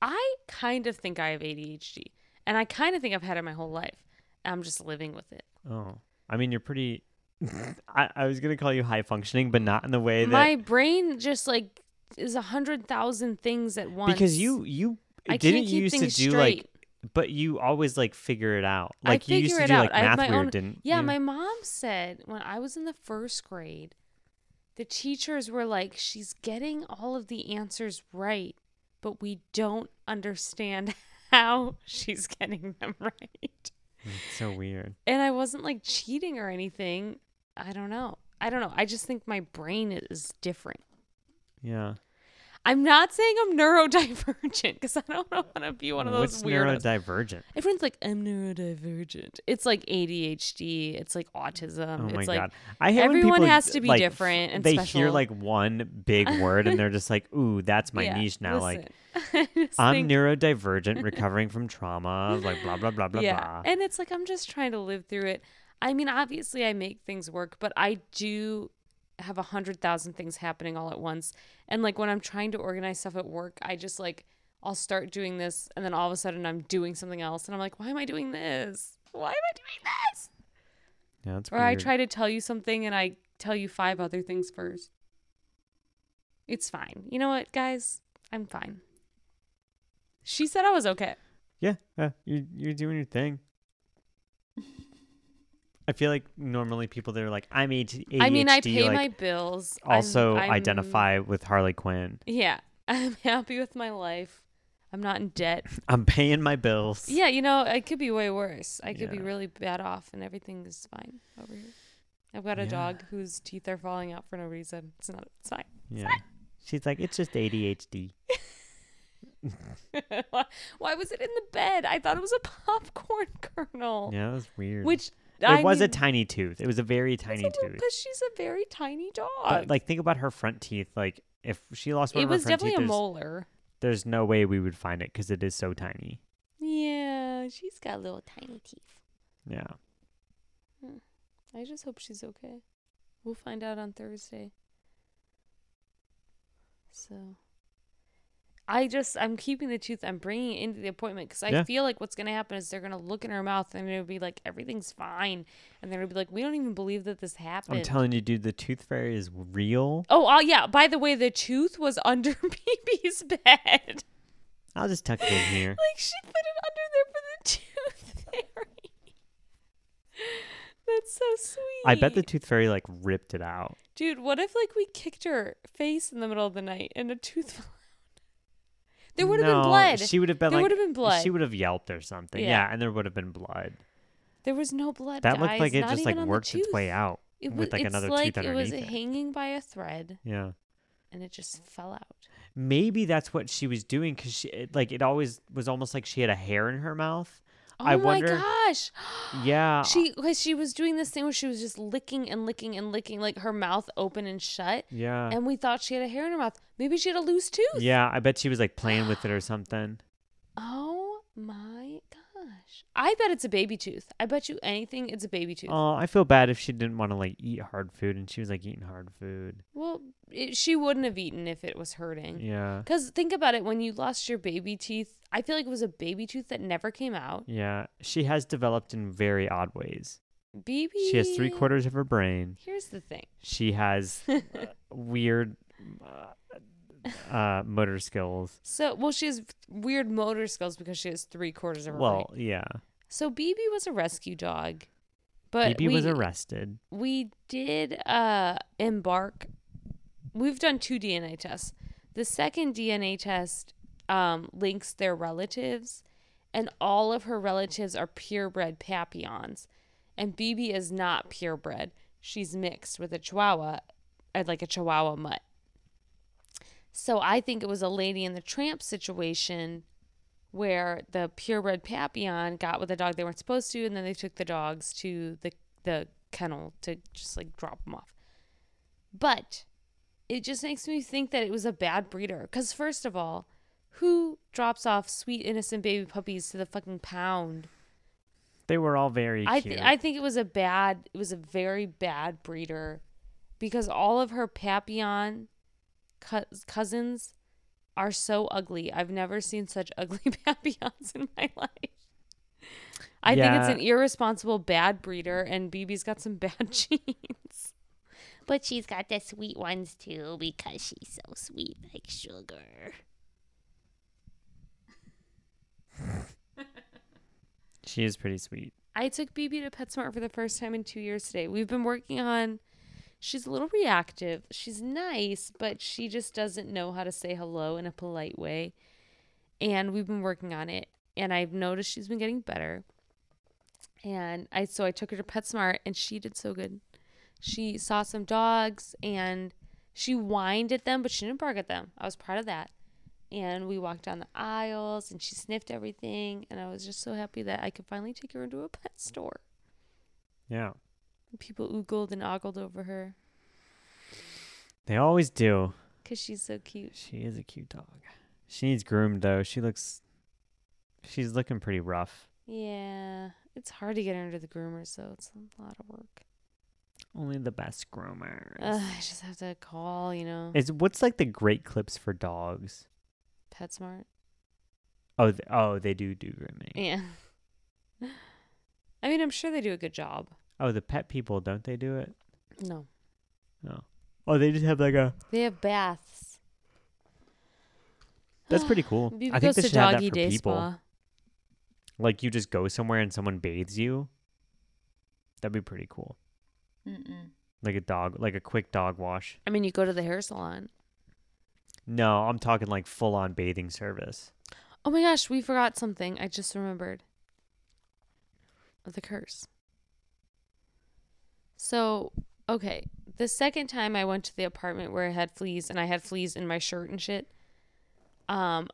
S2: I kind of think I have ADHD, and I kind of think I've had it my whole life. I'm just living with it.
S3: Oh, I mean, you're pretty. [laughs] I, I was gonna call you high functioning, but not in the way that
S2: My brain just like is a hundred thousand things at once.
S3: because you you
S2: I
S3: didn't
S2: can't keep
S3: you used to do
S2: things
S3: like,
S2: straight.
S3: but you always like figure it out.
S2: I
S3: Like you used
S2: figure
S3: to
S2: it
S3: do like
S2: out. I have
S3: math
S2: my
S3: weird,
S2: own-
S3: didn't?
S2: Yeah,
S3: you?
S2: my mom said when I was in the first grade, the teachers were like, she's getting all of the answers right, but we don't understand [laughs] how she's getting them [laughs] right.
S3: It's so weird.
S2: And I wasn't like cheating or anything. I don't know. I don't know. I just think my brain is different.
S3: Yeah.
S2: I'm not saying I'm neurodivergent because I don't want to be one of those
S3: What's
S2: weirdos.
S3: neurodivergent?
S2: Everyone's like, I'm neurodivergent. It's like ADHD. It's like autism.
S3: Oh my
S2: it's like
S3: god! I hate when
S2: everyone
S3: people,
S2: has to be
S3: like,
S2: different and
S3: they hear
S2: special.
S3: like one big word and they're just
S2: [laughs]
S3: like, "Ooh, that's my
S2: Yeah,
S3: niche now." Like,
S2: listen. [laughs] I just
S3: I'm
S2: think-
S3: neurodivergent, recovering
S2: [laughs]
S3: from trauma. Like, blah blah blah blah
S2: yeah.
S3: blah.
S2: And it's like I'm just trying to live through it. I mean, obviously I make things work, but I do have a hundred thousand things happening all at once. And like when I'm trying to organize stuff at work, I just like I'll start doing this and then all of a sudden I'm doing something else and I'm like, why am I doing this? Why am I doing this?
S3: yeah, that's
S2: Or I
S3: weird.
S2: try to tell you something and I tell you five other things first. It's fine. You know what, guys? I'm fine. She said I was okay.
S3: Yeah, yeah, you're you're doing your thing. I feel like normally people that are like, "I'm AD- ADHD,"
S2: I mean, I pay
S3: like,
S2: my bills. I'm-
S3: also
S2: I'm-
S3: identify with Harley Quinn.
S2: Yeah, [laughs] I'm happy with my life. I'm not in
S3: [laughs]
S2: debt.
S3: I'm paying my bills.
S2: Yeah, you know, it could be way worse. I could be
S3: Yeah.
S2: really bad off, and everything is fine over here. I've got a
S3: Yeah.
S2: dog whose teeth are falling out for no reason. It's not. It's fine. [laughs]
S3: Yeah. She's like, it's just ADHD.
S2: Why- Why was it in the bed? I thought it was a popcorn [laughs] kernel.
S3: Yeah, that was weird.
S2: Which
S3: it
S2: I
S3: was a
S2: mean,
S3: tiny tooth. It was a very tiny tooth.
S2: because she's a very tiny dog.
S3: But like, think about her front teeth. Like, if she lost one
S2: it
S3: of
S2: was
S3: her front
S2: definitely
S3: teeth,
S2: a
S3: there's,
S2: molar.
S3: there's no way we would find it because it is so tiny.
S2: Yeah, she's got little tiny teeth.
S3: Yeah.
S2: I just hope she's okay. We'll find out on Thursday. So I just I'm keeping the tooth. I'm bringing it into the appointment because I
S3: Yeah.
S2: feel like what's gonna happen is they're gonna look in her mouth and it'll be like everything's fine, and they're gonna be like, we don't even believe that this happened.
S3: I'm telling you, dude, the tooth fairy is real.
S2: Oh, oh yeah. By the way, the tooth was [laughs] under BB's bed.
S3: I'll just tuck it in here.
S2: Like she put it under there for the tooth fairy. That's so sweet.
S3: I bet the tooth fairy like ripped it out.
S2: Dude, what if like we kicked her face in the middle of the night and a tooth fell out? There would have
S3: No,
S2: been blood.
S3: She would have been
S2: There
S3: like,
S2: would've been blood.
S3: She would have yelped or something.
S2: Yeah.
S3: Yeah, and there would have been blood.
S2: there was no blood.
S3: That looked like
S2: guys,
S3: it
S2: not
S3: just
S2: even
S3: like
S2: on the
S3: worked its way
S2: tooth.
S3: out
S2: It was,
S3: with like
S2: it's
S3: another
S2: like
S3: tooth
S2: it was
S3: underneath it.
S2: hanging by a thread
S3: Yeah.
S2: and it just fell out.
S3: maybe that's what she was doing because she it, like it always was almost like she had a hair in her mouth.
S2: [gasps] Oh
S3: I
S2: my
S3: wonder- Uh.
S2: gosh.
S3: Yeah,
S2: She cause she was doing this thing where she was just licking and licking and licking like her mouth open and shut.
S3: yeah,
S2: and we thought she had a hair in her mouth. Maybe she had a loose tooth.
S3: yeah. I bet she was like playing with it or
S2: [gasps]
S3: something.
S2: Oh my gosh. I bet it's a baby tooth. I bet you anything it's a baby tooth.
S3: Oh, I feel bad if she didn't want to like eat hard food and she was like eating hard food.
S2: Well, it, she wouldn't have eaten if it was hurting.
S3: Yeah,
S2: Because think about it, when you lost your baby teeth, I feel like it was a baby tooth that never came out.
S3: yeah. She has developed in very odd ways.
S2: Baby.
S3: She has three quarters of her brain.
S2: Here's the thing.
S3: She has
S2: [laughs]
S3: uh, weird uh, uh, motor skills.
S2: So, well, she has weird motor skills because she has three quarters of her brain.
S3: Well, yeah.
S2: So, BB was a rescue dog, but
S3: Baby was
S2: we-
S3: arrested.
S2: we did uh embark we've done two dna tests the second dna test um links their relatives and all of her relatives are purebred papillons and bb is not purebred she's mixed with a chihuahua uh, like a chihuahua mutt so i think it was a lady in the tramp situation where the purebred papillon got with a dog they weren't supposed to, and then they took the dogs to the the kennel to just like drop them off. But it just makes me think that it was a bad breeder. Because first of all, who drops off sweet innocent baby puppies to the fucking pound?
S3: They were all very
S2: I
S3: cute.
S2: th- I think it was a bad. It was a very bad breeder, because all of her Papillon cou- cousins are so ugly. I've never seen such [laughs] ugly Papillons in my life. I think it's
S3: Yeah.
S2: an irresponsible bad breeder, and BB's got some [laughs] bad genes.
S4: But she's got the sweet ones too because she's so sweet like sugar.
S3: she is pretty sweet.
S2: I took BB to PetSmart for the first time in two years today. We've been working on. She's a little reactive. She's nice, but she just doesn't know how to say hello in a polite way. And we've been working on it. And I've noticed she's been getting better. And I so I took her to PetSmart and she did so good. She saw some dogs and She whined at them, but she didn't bark at them. I was proud of that. And we walked down the aisles and she sniffed everything. And I was just so happy that I could finally take her into a pet store.
S3: Yeah.
S2: People oogled and ogled over her
S3: They always do.
S2: because she's so cute.
S3: She is a cute dog. She needs groomed though. She looks she's looking pretty rough.
S2: Yeah. It's hard to get her into the groomer, so it's a lot of work.
S3: Only the best groomers.
S2: Ugh, I just have to call, you know,
S3: Is what's like the great clips for dogs?
S2: PetSmart.
S3: Oh, th- oh, they do do grooming.
S2: Yeah. [laughs] I mean, I'm sure they do a good job.
S3: Oh, the pet people don't they do it?
S2: No.
S3: No. Oh, they just have like a.
S2: They have baths.
S3: That's pretty cool.
S2: [sighs] You
S3: I
S2: go
S3: think they
S2: to
S3: should have that
S2: doggy
S3: for
S2: day
S3: people.
S2: spa.
S3: Like you just go somewhere and someone bathes you. That'd be pretty cool.
S2: Mm-mm.
S3: Like a dog, like a quick dog wash.
S2: I mean, you go to the hair salon.
S3: No, I'm talking like full on bathing service.
S2: Oh my gosh, we forgot something. I just remembered. The curse. So, okay. The second time I went to the apartment where I had fleas and I had fleas in my shirt and shit, um,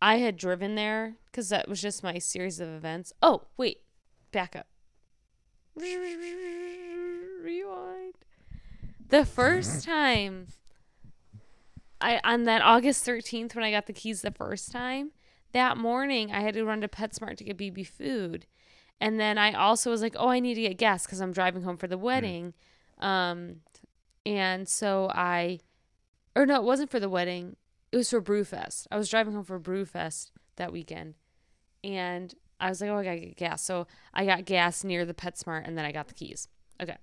S2: I had driven there because that was just my series of events. Oh, wait. Back up. Rewind. The first time I on that August 13th when I got the keys the first time, that morning I had to run to PetSmart to get BB food. And then I also was like, "Oh, I need to get gas cuz I'm driving home for the wedding." Um and so I or no, it wasn't for the wedding. It was for Brewfest. I was driving home for Brewfest that weekend. And I was like, "Oh, I got to get gas." So I got gas near the PetSmart and then I got the keys. Okay.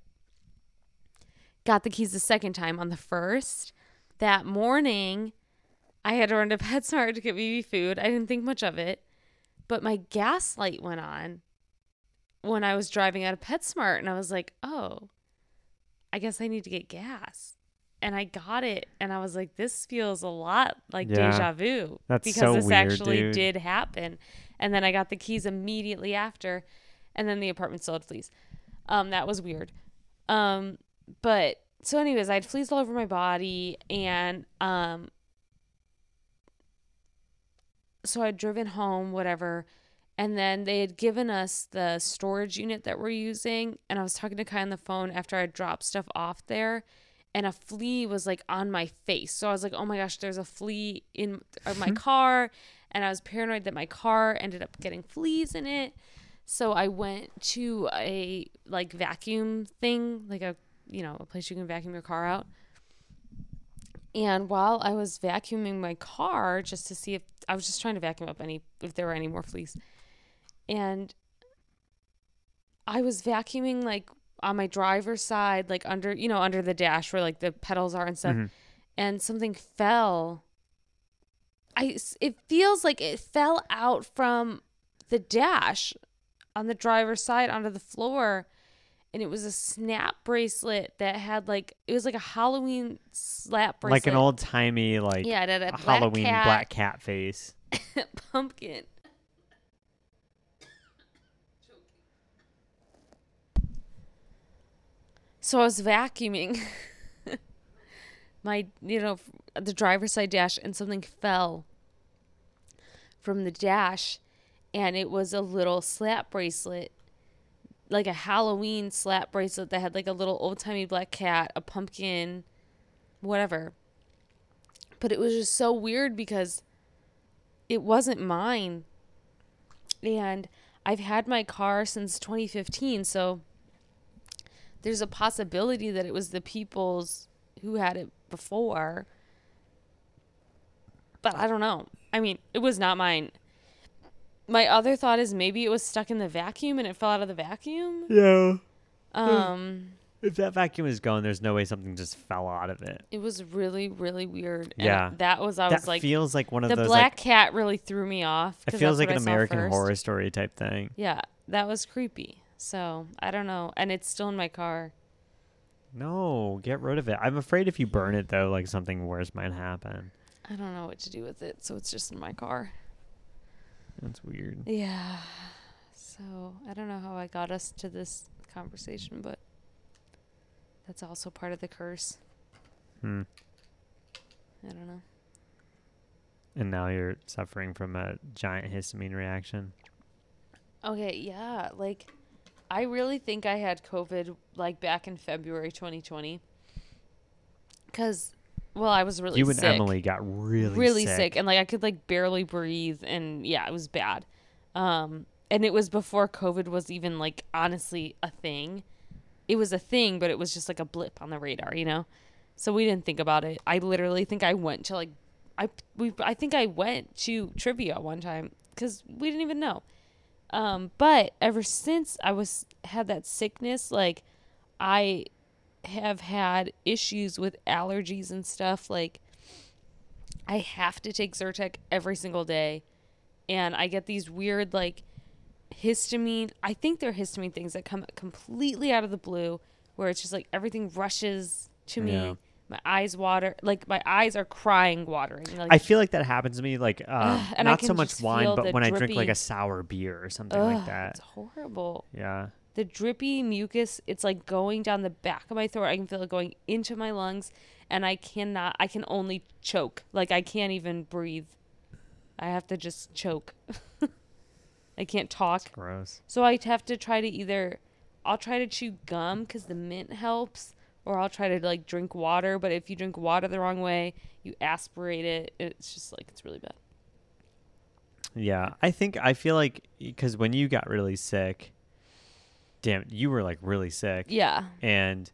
S2: Got the keys the second time on the first that morning, I had to run to [laughs] PetSmart to get baby food. I didn't think much of it, but my gas light went on when I was driving out of PetSmart, and I was like, "Oh, I guess I need to get gas." And I got it, and I was like, "This feels a lot like
S3: Yeah.
S2: deja vu
S3: That's
S2: because
S3: so
S2: this
S3: weird,
S2: actually
S3: dude.
S2: did happen." And then I got the keys immediately after, and then the apartment still had fleas. Um, that was weird. Um, but so, anyways, I had fleas all over my body, and um, so I'd driven home, whatever. And then they had given us the storage unit that we're using. And I was talking to Kai on the phone after I dropped stuff off there. And a flea was like on my face. So I was like, oh my gosh, there's a flea in of my car. And I was paranoid that my car ended up getting fleas in it. So I went to a like vacuum thing, like a, you know, a place you can vacuum your car out. And while I was vacuuming my car just to see if I was just trying to vacuum up any if there were any more fleas. And I was vacuuming like on my driver's side, like under you know, under the dash where like the pedals are and stuff.
S3: Mhm.
S2: And something fell. I s- it feels like it fell out from the dash on the driver's side onto the floor and it was a snap bracelet that had like it was like a Halloween slap bracelet.
S3: Like an old timey, like
S2: yeah, it had a,
S3: a Halloween
S2: cat,
S3: black cat face.
S2: [laughs] pumpkin. So I was vacuuming [laughs] my, you know, f- the driver's side dash, and something fell from the dash, and it was a little slap bracelet, like a Halloween slap bracelet that had like a little old timey black cat, a pumpkin, whatever. But it was just so weird because it wasn't mine. And I've had my car since 2015, so there's a possibility that it was the people's who had it before. But I don't know. I mean, it was not mine. My other thought is maybe it was stuck in the vacuum and it fell out of the vacuum.
S3: Yeah. Hmm.
S2: Um,
S3: If that vacuum is gone, there's no way something just fell out of it.
S2: it was really, really weird. And
S3: Yeah.
S2: that was I
S3: that
S2: was like
S3: feels like one of
S2: the
S3: those
S2: black
S3: like
S2: cat really threw me off.
S3: it
S2: 'cause
S3: feels
S2: that's
S3: like an
S2: what I saw
S3: American
S2: first.
S3: horror story type thing.
S2: Yeah, that was creepy. So I don't know, and it's still in my car.
S3: No, get rid of it. I'm afraid if you burn it though, like something worse might happen.
S2: I don't know what to do with it, so it's just in my car.
S3: That's weird.
S2: Yeah. So I don't know how I got us to this conversation, but that's also part of the curse.
S3: Hmm.
S2: I don't know.
S3: And now you're suffering from a giant histamine reaction.
S2: Okay, yeah, like I really think I had COVID like back in February 2020. Cuz well, I was really
S3: you and
S2: sick.
S3: Emily got really,
S2: really
S3: sick.
S2: sick. and like I could like barely breathe and yeah, it was bad. Um and it was before COVID was even like honestly a thing. It was a thing, but it was just like a blip on the radar, you know. So we didn't think about it. I literally think I went to like I we I think I went to trivia one time cuz we didn't even know. Um but ever since I was had that sickness like I have had issues with allergies and stuff like I have to take Zyrtec every single day. And I get these weird, like, histamine. I think they're histamine things that come completely out of the blue, where it's just like everything rushes to me.
S3: Yeah.
S2: My eyes water. Like, my eyes are crying watering. Like,
S3: I feel like that happens to me,
S2: [sighs]
S3: like um,
S2: and I
S3: not so
S2: can
S3: much
S2: just
S3: wine,
S2: feel
S3: but
S2: the
S3: when I drink like
S2: drippy-
S3: a sour beer or something like
S2: ugh,
S3: that.
S2: It's horrible.
S3: Yeah,
S2: The drippy mucus, it's like going down the back of my throat. I can feel it going into my lungs, and I cannot, I can only choke. Like, I can't even breathe. I have to just choke. [laughs] I can't talk.
S3: gross.
S2: So I have to try to either, I'll try to chew gum because the mint helps, or I'll try to like drink water. But if you drink water the wrong way, you aspirate it. It's just like, it's really bad.
S3: Yeah, I think I feel like because when you got really sick, damn, you were like really sick.
S2: Yeah.
S3: and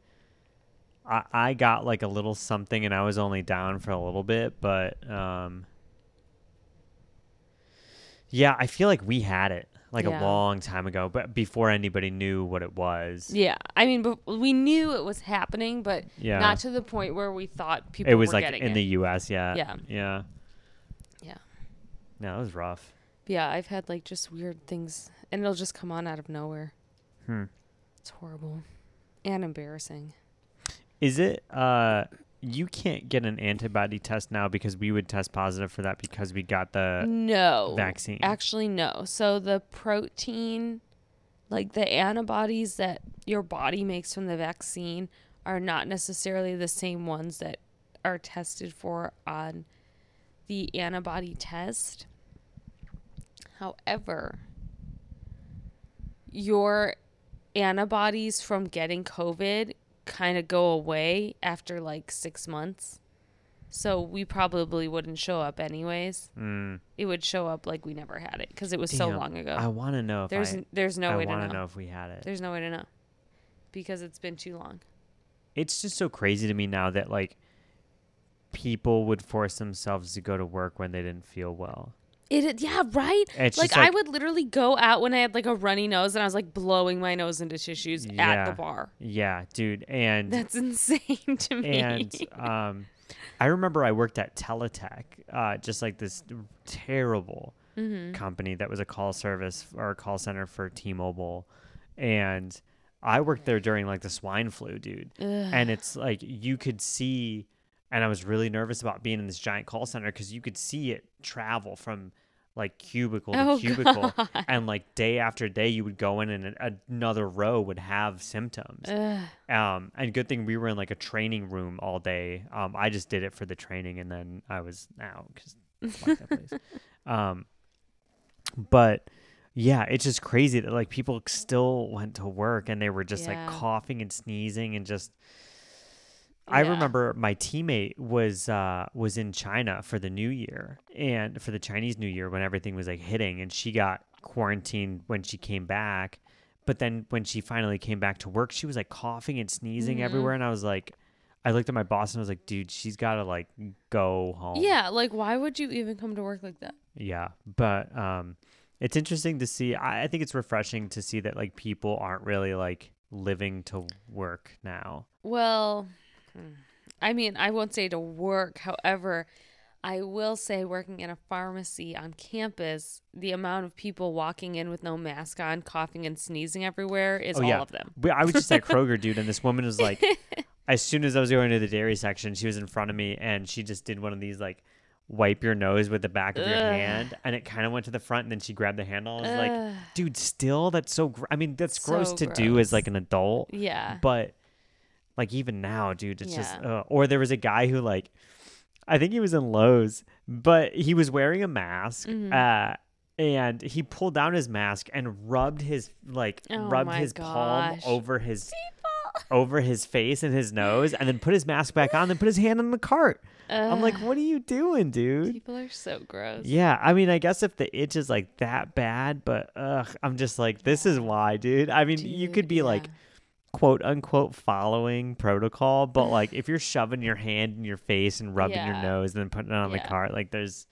S3: I, I got like a little something and I was only down for a little bit, but um yeah, I feel like we had it like
S2: Yeah.
S3: a long time ago, but before anybody knew what it was.
S2: Yeah. I mean, bef- we knew it was happening, but
S3: Yeah.
S2: not to the point where we thought people
S3: it was
S2: were
S3: like
S2: getting
S3: in
S2: it.
S3: the US, yeah.
S2: Yeah.
S3: Yeah.
S2: Yeah.
S3: No, it was rough.
S2: Yeah, I've had like just weird things, and it'll just come on out of nowhere.
S3: Hmm.
S2: It's horrible and embarrassing.
S3: Is it uh you can't get an antibody test now because we would test positive for that because we got the
S2: no
S3: vaccine.
S2: Actually, no. So the protein, like the antibodies that your body makes from the vaccine, are not necessarily the same ones that are tested for on the antibody test. However, your antibodies from getting COVID kind of go away after like six months. So we probably wouldn't show up anyways.
S3: Mm.
S2: It would show up like we never had it because it was so
S3: Damn,
S2: long ago.
S3: I want to know if
S2: there's
S3: I,
S2: n- there's no
S3: I
S2: way to
S3: want
S2: know.
S3: to know if we had it.
S2: There's no way to know because it's been too long.
S3: it's just so crazy to me now that like people would force themselves to go to work when they didn't feel well.
S2: It, it yeah right.
S3: It's
S2: like,
S3: just
S2: I
S3: like-
S2: would literally go out when I had like a runny nose and I was like blowing my nose into tissues at
S3: Yeah.
S2: the bar.
S3: Yeah, dude, and
S2: That's [laughs] insane to [laughs] me.
S3: and um I remember I worked at Teletech, uh just like this terrible
S2: Mm-hmm.
S3: company that was a call service or a call center for T-Mobile and I worked there during like the swine flu, dude. And it's like you could see and I was really nervous about being in this giant call center cuz you could see it travel from like cubicle to
S2: Oh, [laughs]
S3: cubicle and like day after day you would go in and an- another row would have symptoms
S2: Ugh.
S3: um and good thing we were in like a training room all day um i just did it for the training and then i was out because
S2: [laughs]
S3: um but yeah it's just crazy that like people still went to work and they were just
S2: Yeah.
S3: like coughing and sneezing and just I
S2: Yeah.
S3: remember my teammate was uh, was in China for the New Year and for the Chinese New Year when everything was like hitting, and she got quarantined when she came back. But then when she finally came back to work, she was like coughing and sneezing everywhere, and I was like, I looked at my boss and I was like, dude, she's got to like go home.
S2: yeah, like why would you even come to work like that?
S3: Yeah, but um, it's interesting to see. I, I think it's refreshing to see that like people aren't really like living to work now.
S2: Well, hmm. I mean, I won't say to work. However, I will say working in a pharmacy on campus, the amount of people walking in with no mask on, coughing and sneezing everywhere
S3: Oh,
S2: is all of them.
S3: But I was just at Kroger, dude, and this woman was
S2: [laughs]
S3: like, as soon as I was going to the dairy section, she was in front of me, and she just did one of these like wipe your nose with the back of your
S2: Ugh.
S3: hand, and it kind of went to the front, and then she grabbed the handle. and I was
S2: Ugh.
S3: like, dude, still that's so. Gr- I mean, that's gross
S2: So
S3: to do as
S2: gross.
S3: like an adult,
S2: Yeah.
S3: but Like even now, dude, it's just.
S2: Yeah.
S3: Uh, or there was a guy who like, I think he was in Lowe's, but he was wearing a mask.
S2: Mhm.
S3: Uh, and he pulled down his mask and rubbed his like
S2: Oh
S3: rubbed
S2: my
S3: his palm
S2: gosh.
S3: over his over his face and his nose, and then put his mask back on, then put his hand on the cart. I'm
S2: [sighs]
S3: like,
S2: Ugh,
S3: what are you doing, dude?
S2: people are so gross.
S3: Yeah, I mean, I guess if the itch is like that bad, but ugh, I'm just like, this is why, dude. I mean, you could
S2: Dude,
S3: be like
S2: yeah.
S3: quote unquote following protocol, but like if you're shoving your hand in your face and rubbing
S2: Yeah.
S3: your nose and then putting it on
S2: Yeah.
S3: the cart, like there's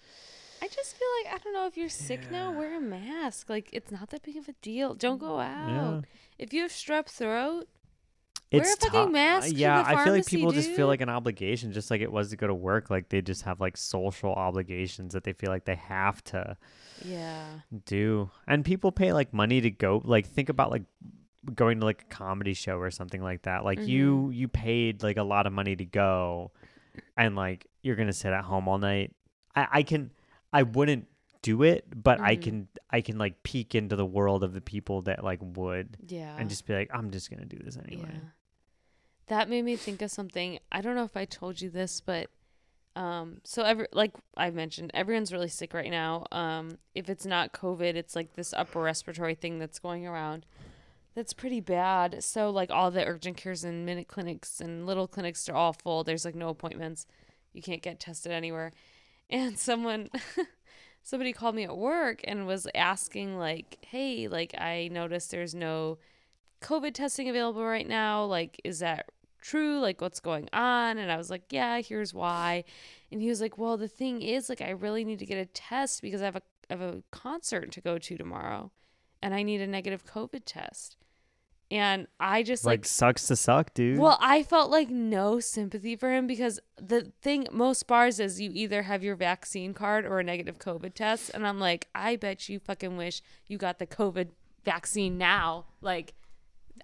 S2: I just feel like I don't know if you're sick now, wear a mask. Like it's not that big of a deal. Don't go out. If you have strep throat, Wear a
S3: it's
S2: fucking
S3: tou-
S2: mask to
S3: Yeah,
S2: the
S3: I feel like
S2: pharmacy,
S3: people just feel
S2: dude.
S3: like an obligation, just like it was to go to work. Like they just have like social obligations that they feel like they have to
S2: yeah.
S3: do, and people pay like money to go. Like think about like going to like a comedy show or something like that. Like
S2: Mm-hmm.
S3: you you paid like a lot of money to go, and like you're gonna sit at home all night. I I can I wouldn't do it, but I
S2: Mhm.
S3: can I can like peek into the world of the people that like would
S2: Yeah.
S3: and just be like I'm just gonna do this anyway.
S2: Yeah. That made me think of something. I don't know if I told you this, but um so every like I mentioned, everyone's really sick right now. Um if it's not COVID, it's like this upper respiratory thing that's going around. That's pretty bad. So like all the urgent cares and minute clinics and little clinics are all full. There's like no appointments. You can't get tested anywhere. And [laughs] someone somebody called me at work and was asking like, "Hey, like I noticed there's no COVID testing available right now? Like, is that true? Like, what's going on? And I was like, yeah, here's why. And he was like, well, the thing is, like, I really need to get a test because I have a, I have a concert to go to tomorrow and I need a negative COVID test. And I just
S3: Like,
S2: like
S3: sucks to suck, dude.
S2: well, I felt like no sympathy for him because the thing most bars is you either have your vaccine card or a negative COVID test, and I'm like, I bet you fucking wish you got the COVID vaccine now. Like,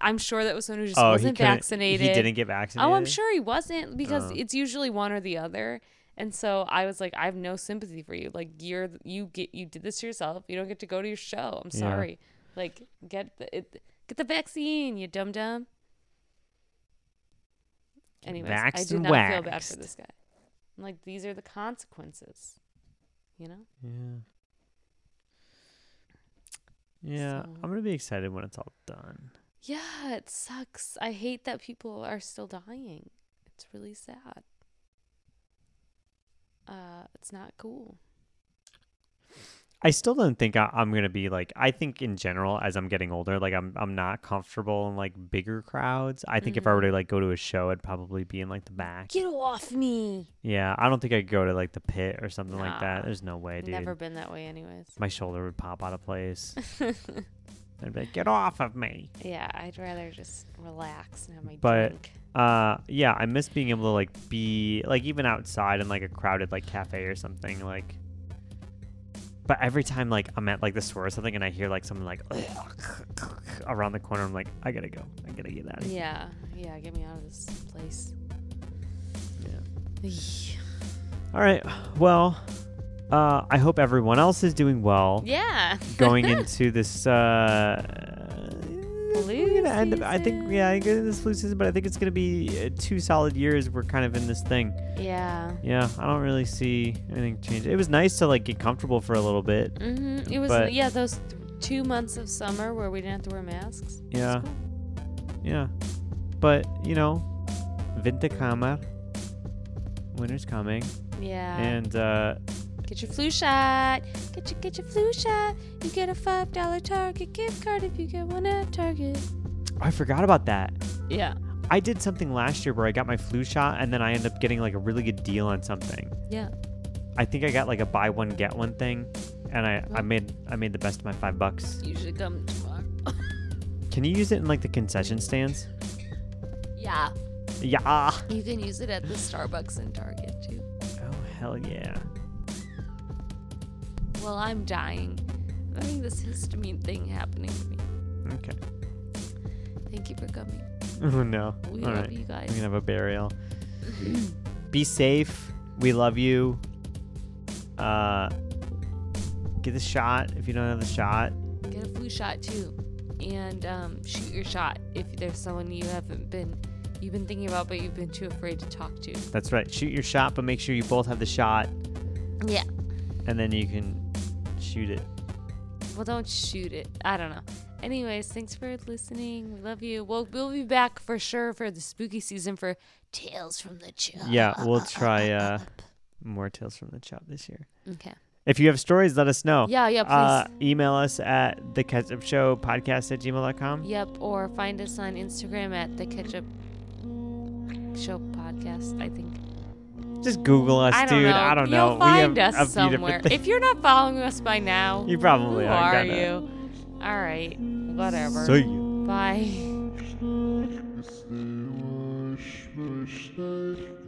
S2: I'm sure that was someone who just wasn't
S3: Oh, couldn't-
S2: vaccinated.
S3: He didn't get vaccinated.
S2: Oh, I'm sure he wasn't because
S3: Oh.
S2: it's usually one or the other. And so I was like, I have no sympathy for you. Like you're you get you did this to yourself. You don't get to go to your show. I'm
S3: Yeah.
S2: sorry. Like get the it, get the vaccine, you dumb dumb. Anyways, I
S3: vaxxed
S2: did
S3: and
S2: not feel bad for
S3: waxed.
S2: this guy. I'm like these are the consequences, you know.
S3: Yeah. Yeah,
S2: So-
S3: I'm gonna be excited when it's all done.
S2: Yeah, it sucks. I hate that people are still dying. It's really sad. Uh, it's not cool.
S3: I still don't think I, I'm gonna be like. I think in general, as I'm getting older, like I'm I'm not comfortable in like bigger crowds. I think if I were to
S2: Mm.
S3: like go to a show, I'd probably be in like the back.
S4: Get off me.
S3: Yeah, I don't think I'd go to like the pit or something like
S2: Nah,
S3: that. There's no way,
S2: I've
S3: dude.
S2: Never been that way, anyways. [laughs]
S3: My shoulder would pop out of place. I'd be like, get off of me.
S2: yeah, I'd rather just relax and have my
S3: But-
S2: drink.
S3: Uh, yeah, I miss being able to like be like even outside in like a crowded like cafe or something like. But every time like I'm at like the store or something and I hear like someone like [laughs] around the corner, I'm like, I gotta go. I gotta get out of here.
S2: Yeah, yeah, get me out of this place. [sighs]
S3: All right. Well, uh, I hope everyone else is doing well
S2: Yeah. [laughs]
S3: going into this. Uh, we're gonna end up- I think yeah, I think this flu season, but I think it's gonna be uh, two solid years. We're kind of in this thing.
S2: Yeah.
S3: Yeah, I don't really see anything change. It was nice to like get comfortable for a little bit.
S2: hmm It was
S3: But-
S2: yeah those th- two months of summer where we didn't have to wear masks. It was
S3: Yeah.
S2: cool.
S3: Yeah. But, you know, Vinta Kamar. Winter's coming.
S2: Yeah.
S3: And uh
S2: Get your flu shot. Get your get your flu shot. You get a five dollar Target gift card if you get one at Target.
S3: I forgot about that.
S2: Yeah.
S3: I did something last year where I got my flu shot and then I ended up getting like a really good deal on something.
S2: Yeah.
S3: I think I got like a buy one get one thing and I, I
S2: Well-
S3: made I made the best of my five bucks.
S2: You should come tomorrow. [laughs]
S3: Can you use it in like the concession stands?
S2: yeah.
S3: Yeah.
S2: You can use it at the Starbucks and Target too.
S3: Oh hell yeah.
S2: Well, I'm dying. I'm having this histamine thing happening to me.
S3: Okay. [laughs]
S2: Thank you for coming.
S3: Oh no.
S2: We
S3: All
S2: love
S3: right.
S2: you guys.
S3: We're gonna have a
S2: [clears throat]
S3: burial. Be safe. We love you. Uh, get the shot if you don't have the shot.
S2: Get a flu shot too, and um, shoot your shot if there's someone you haven't been you've been thinking about, but you've been too afraid to talk to.
S3: That's right. Shoot your shot, but make sure you both have the shot,
S4: Yeah.
S3: and then you can shoot it.
S2: Well, don't shoot it. I don't know. Anyways, thanks for listening. We love you. We'll, we'll be back for sure for the spooky season for Tales from the Chub.
S3: Yeah, we'll try uh, more tales from the chop this year.
S2: [laughs] Okay.
S3: If you have stories, let us know.
S2: Yeah, yeah, please.
S3: Uh, email us at the catsup show podcast at gmail.com.
S2: yep. Or find us on Instagram at the Ketchup Show Podcast, I think.
S3: Just Google us,
S2: I don't
S3: dude.
S2: know.
S3: I don't
S2: You'll
S3: know.
S2: find
S3: we have
S2: us
S3: a few different
S2: somewhere.
S3: things.
S2: If you're not following us by now,
S3: [laughs] you probably
S2: who
S3: are.
S2: are
S3: gonna.
S2: you? All right. Whatever.
S3: See you.
S2: Bye.
S5: Stay wish, wish, stay.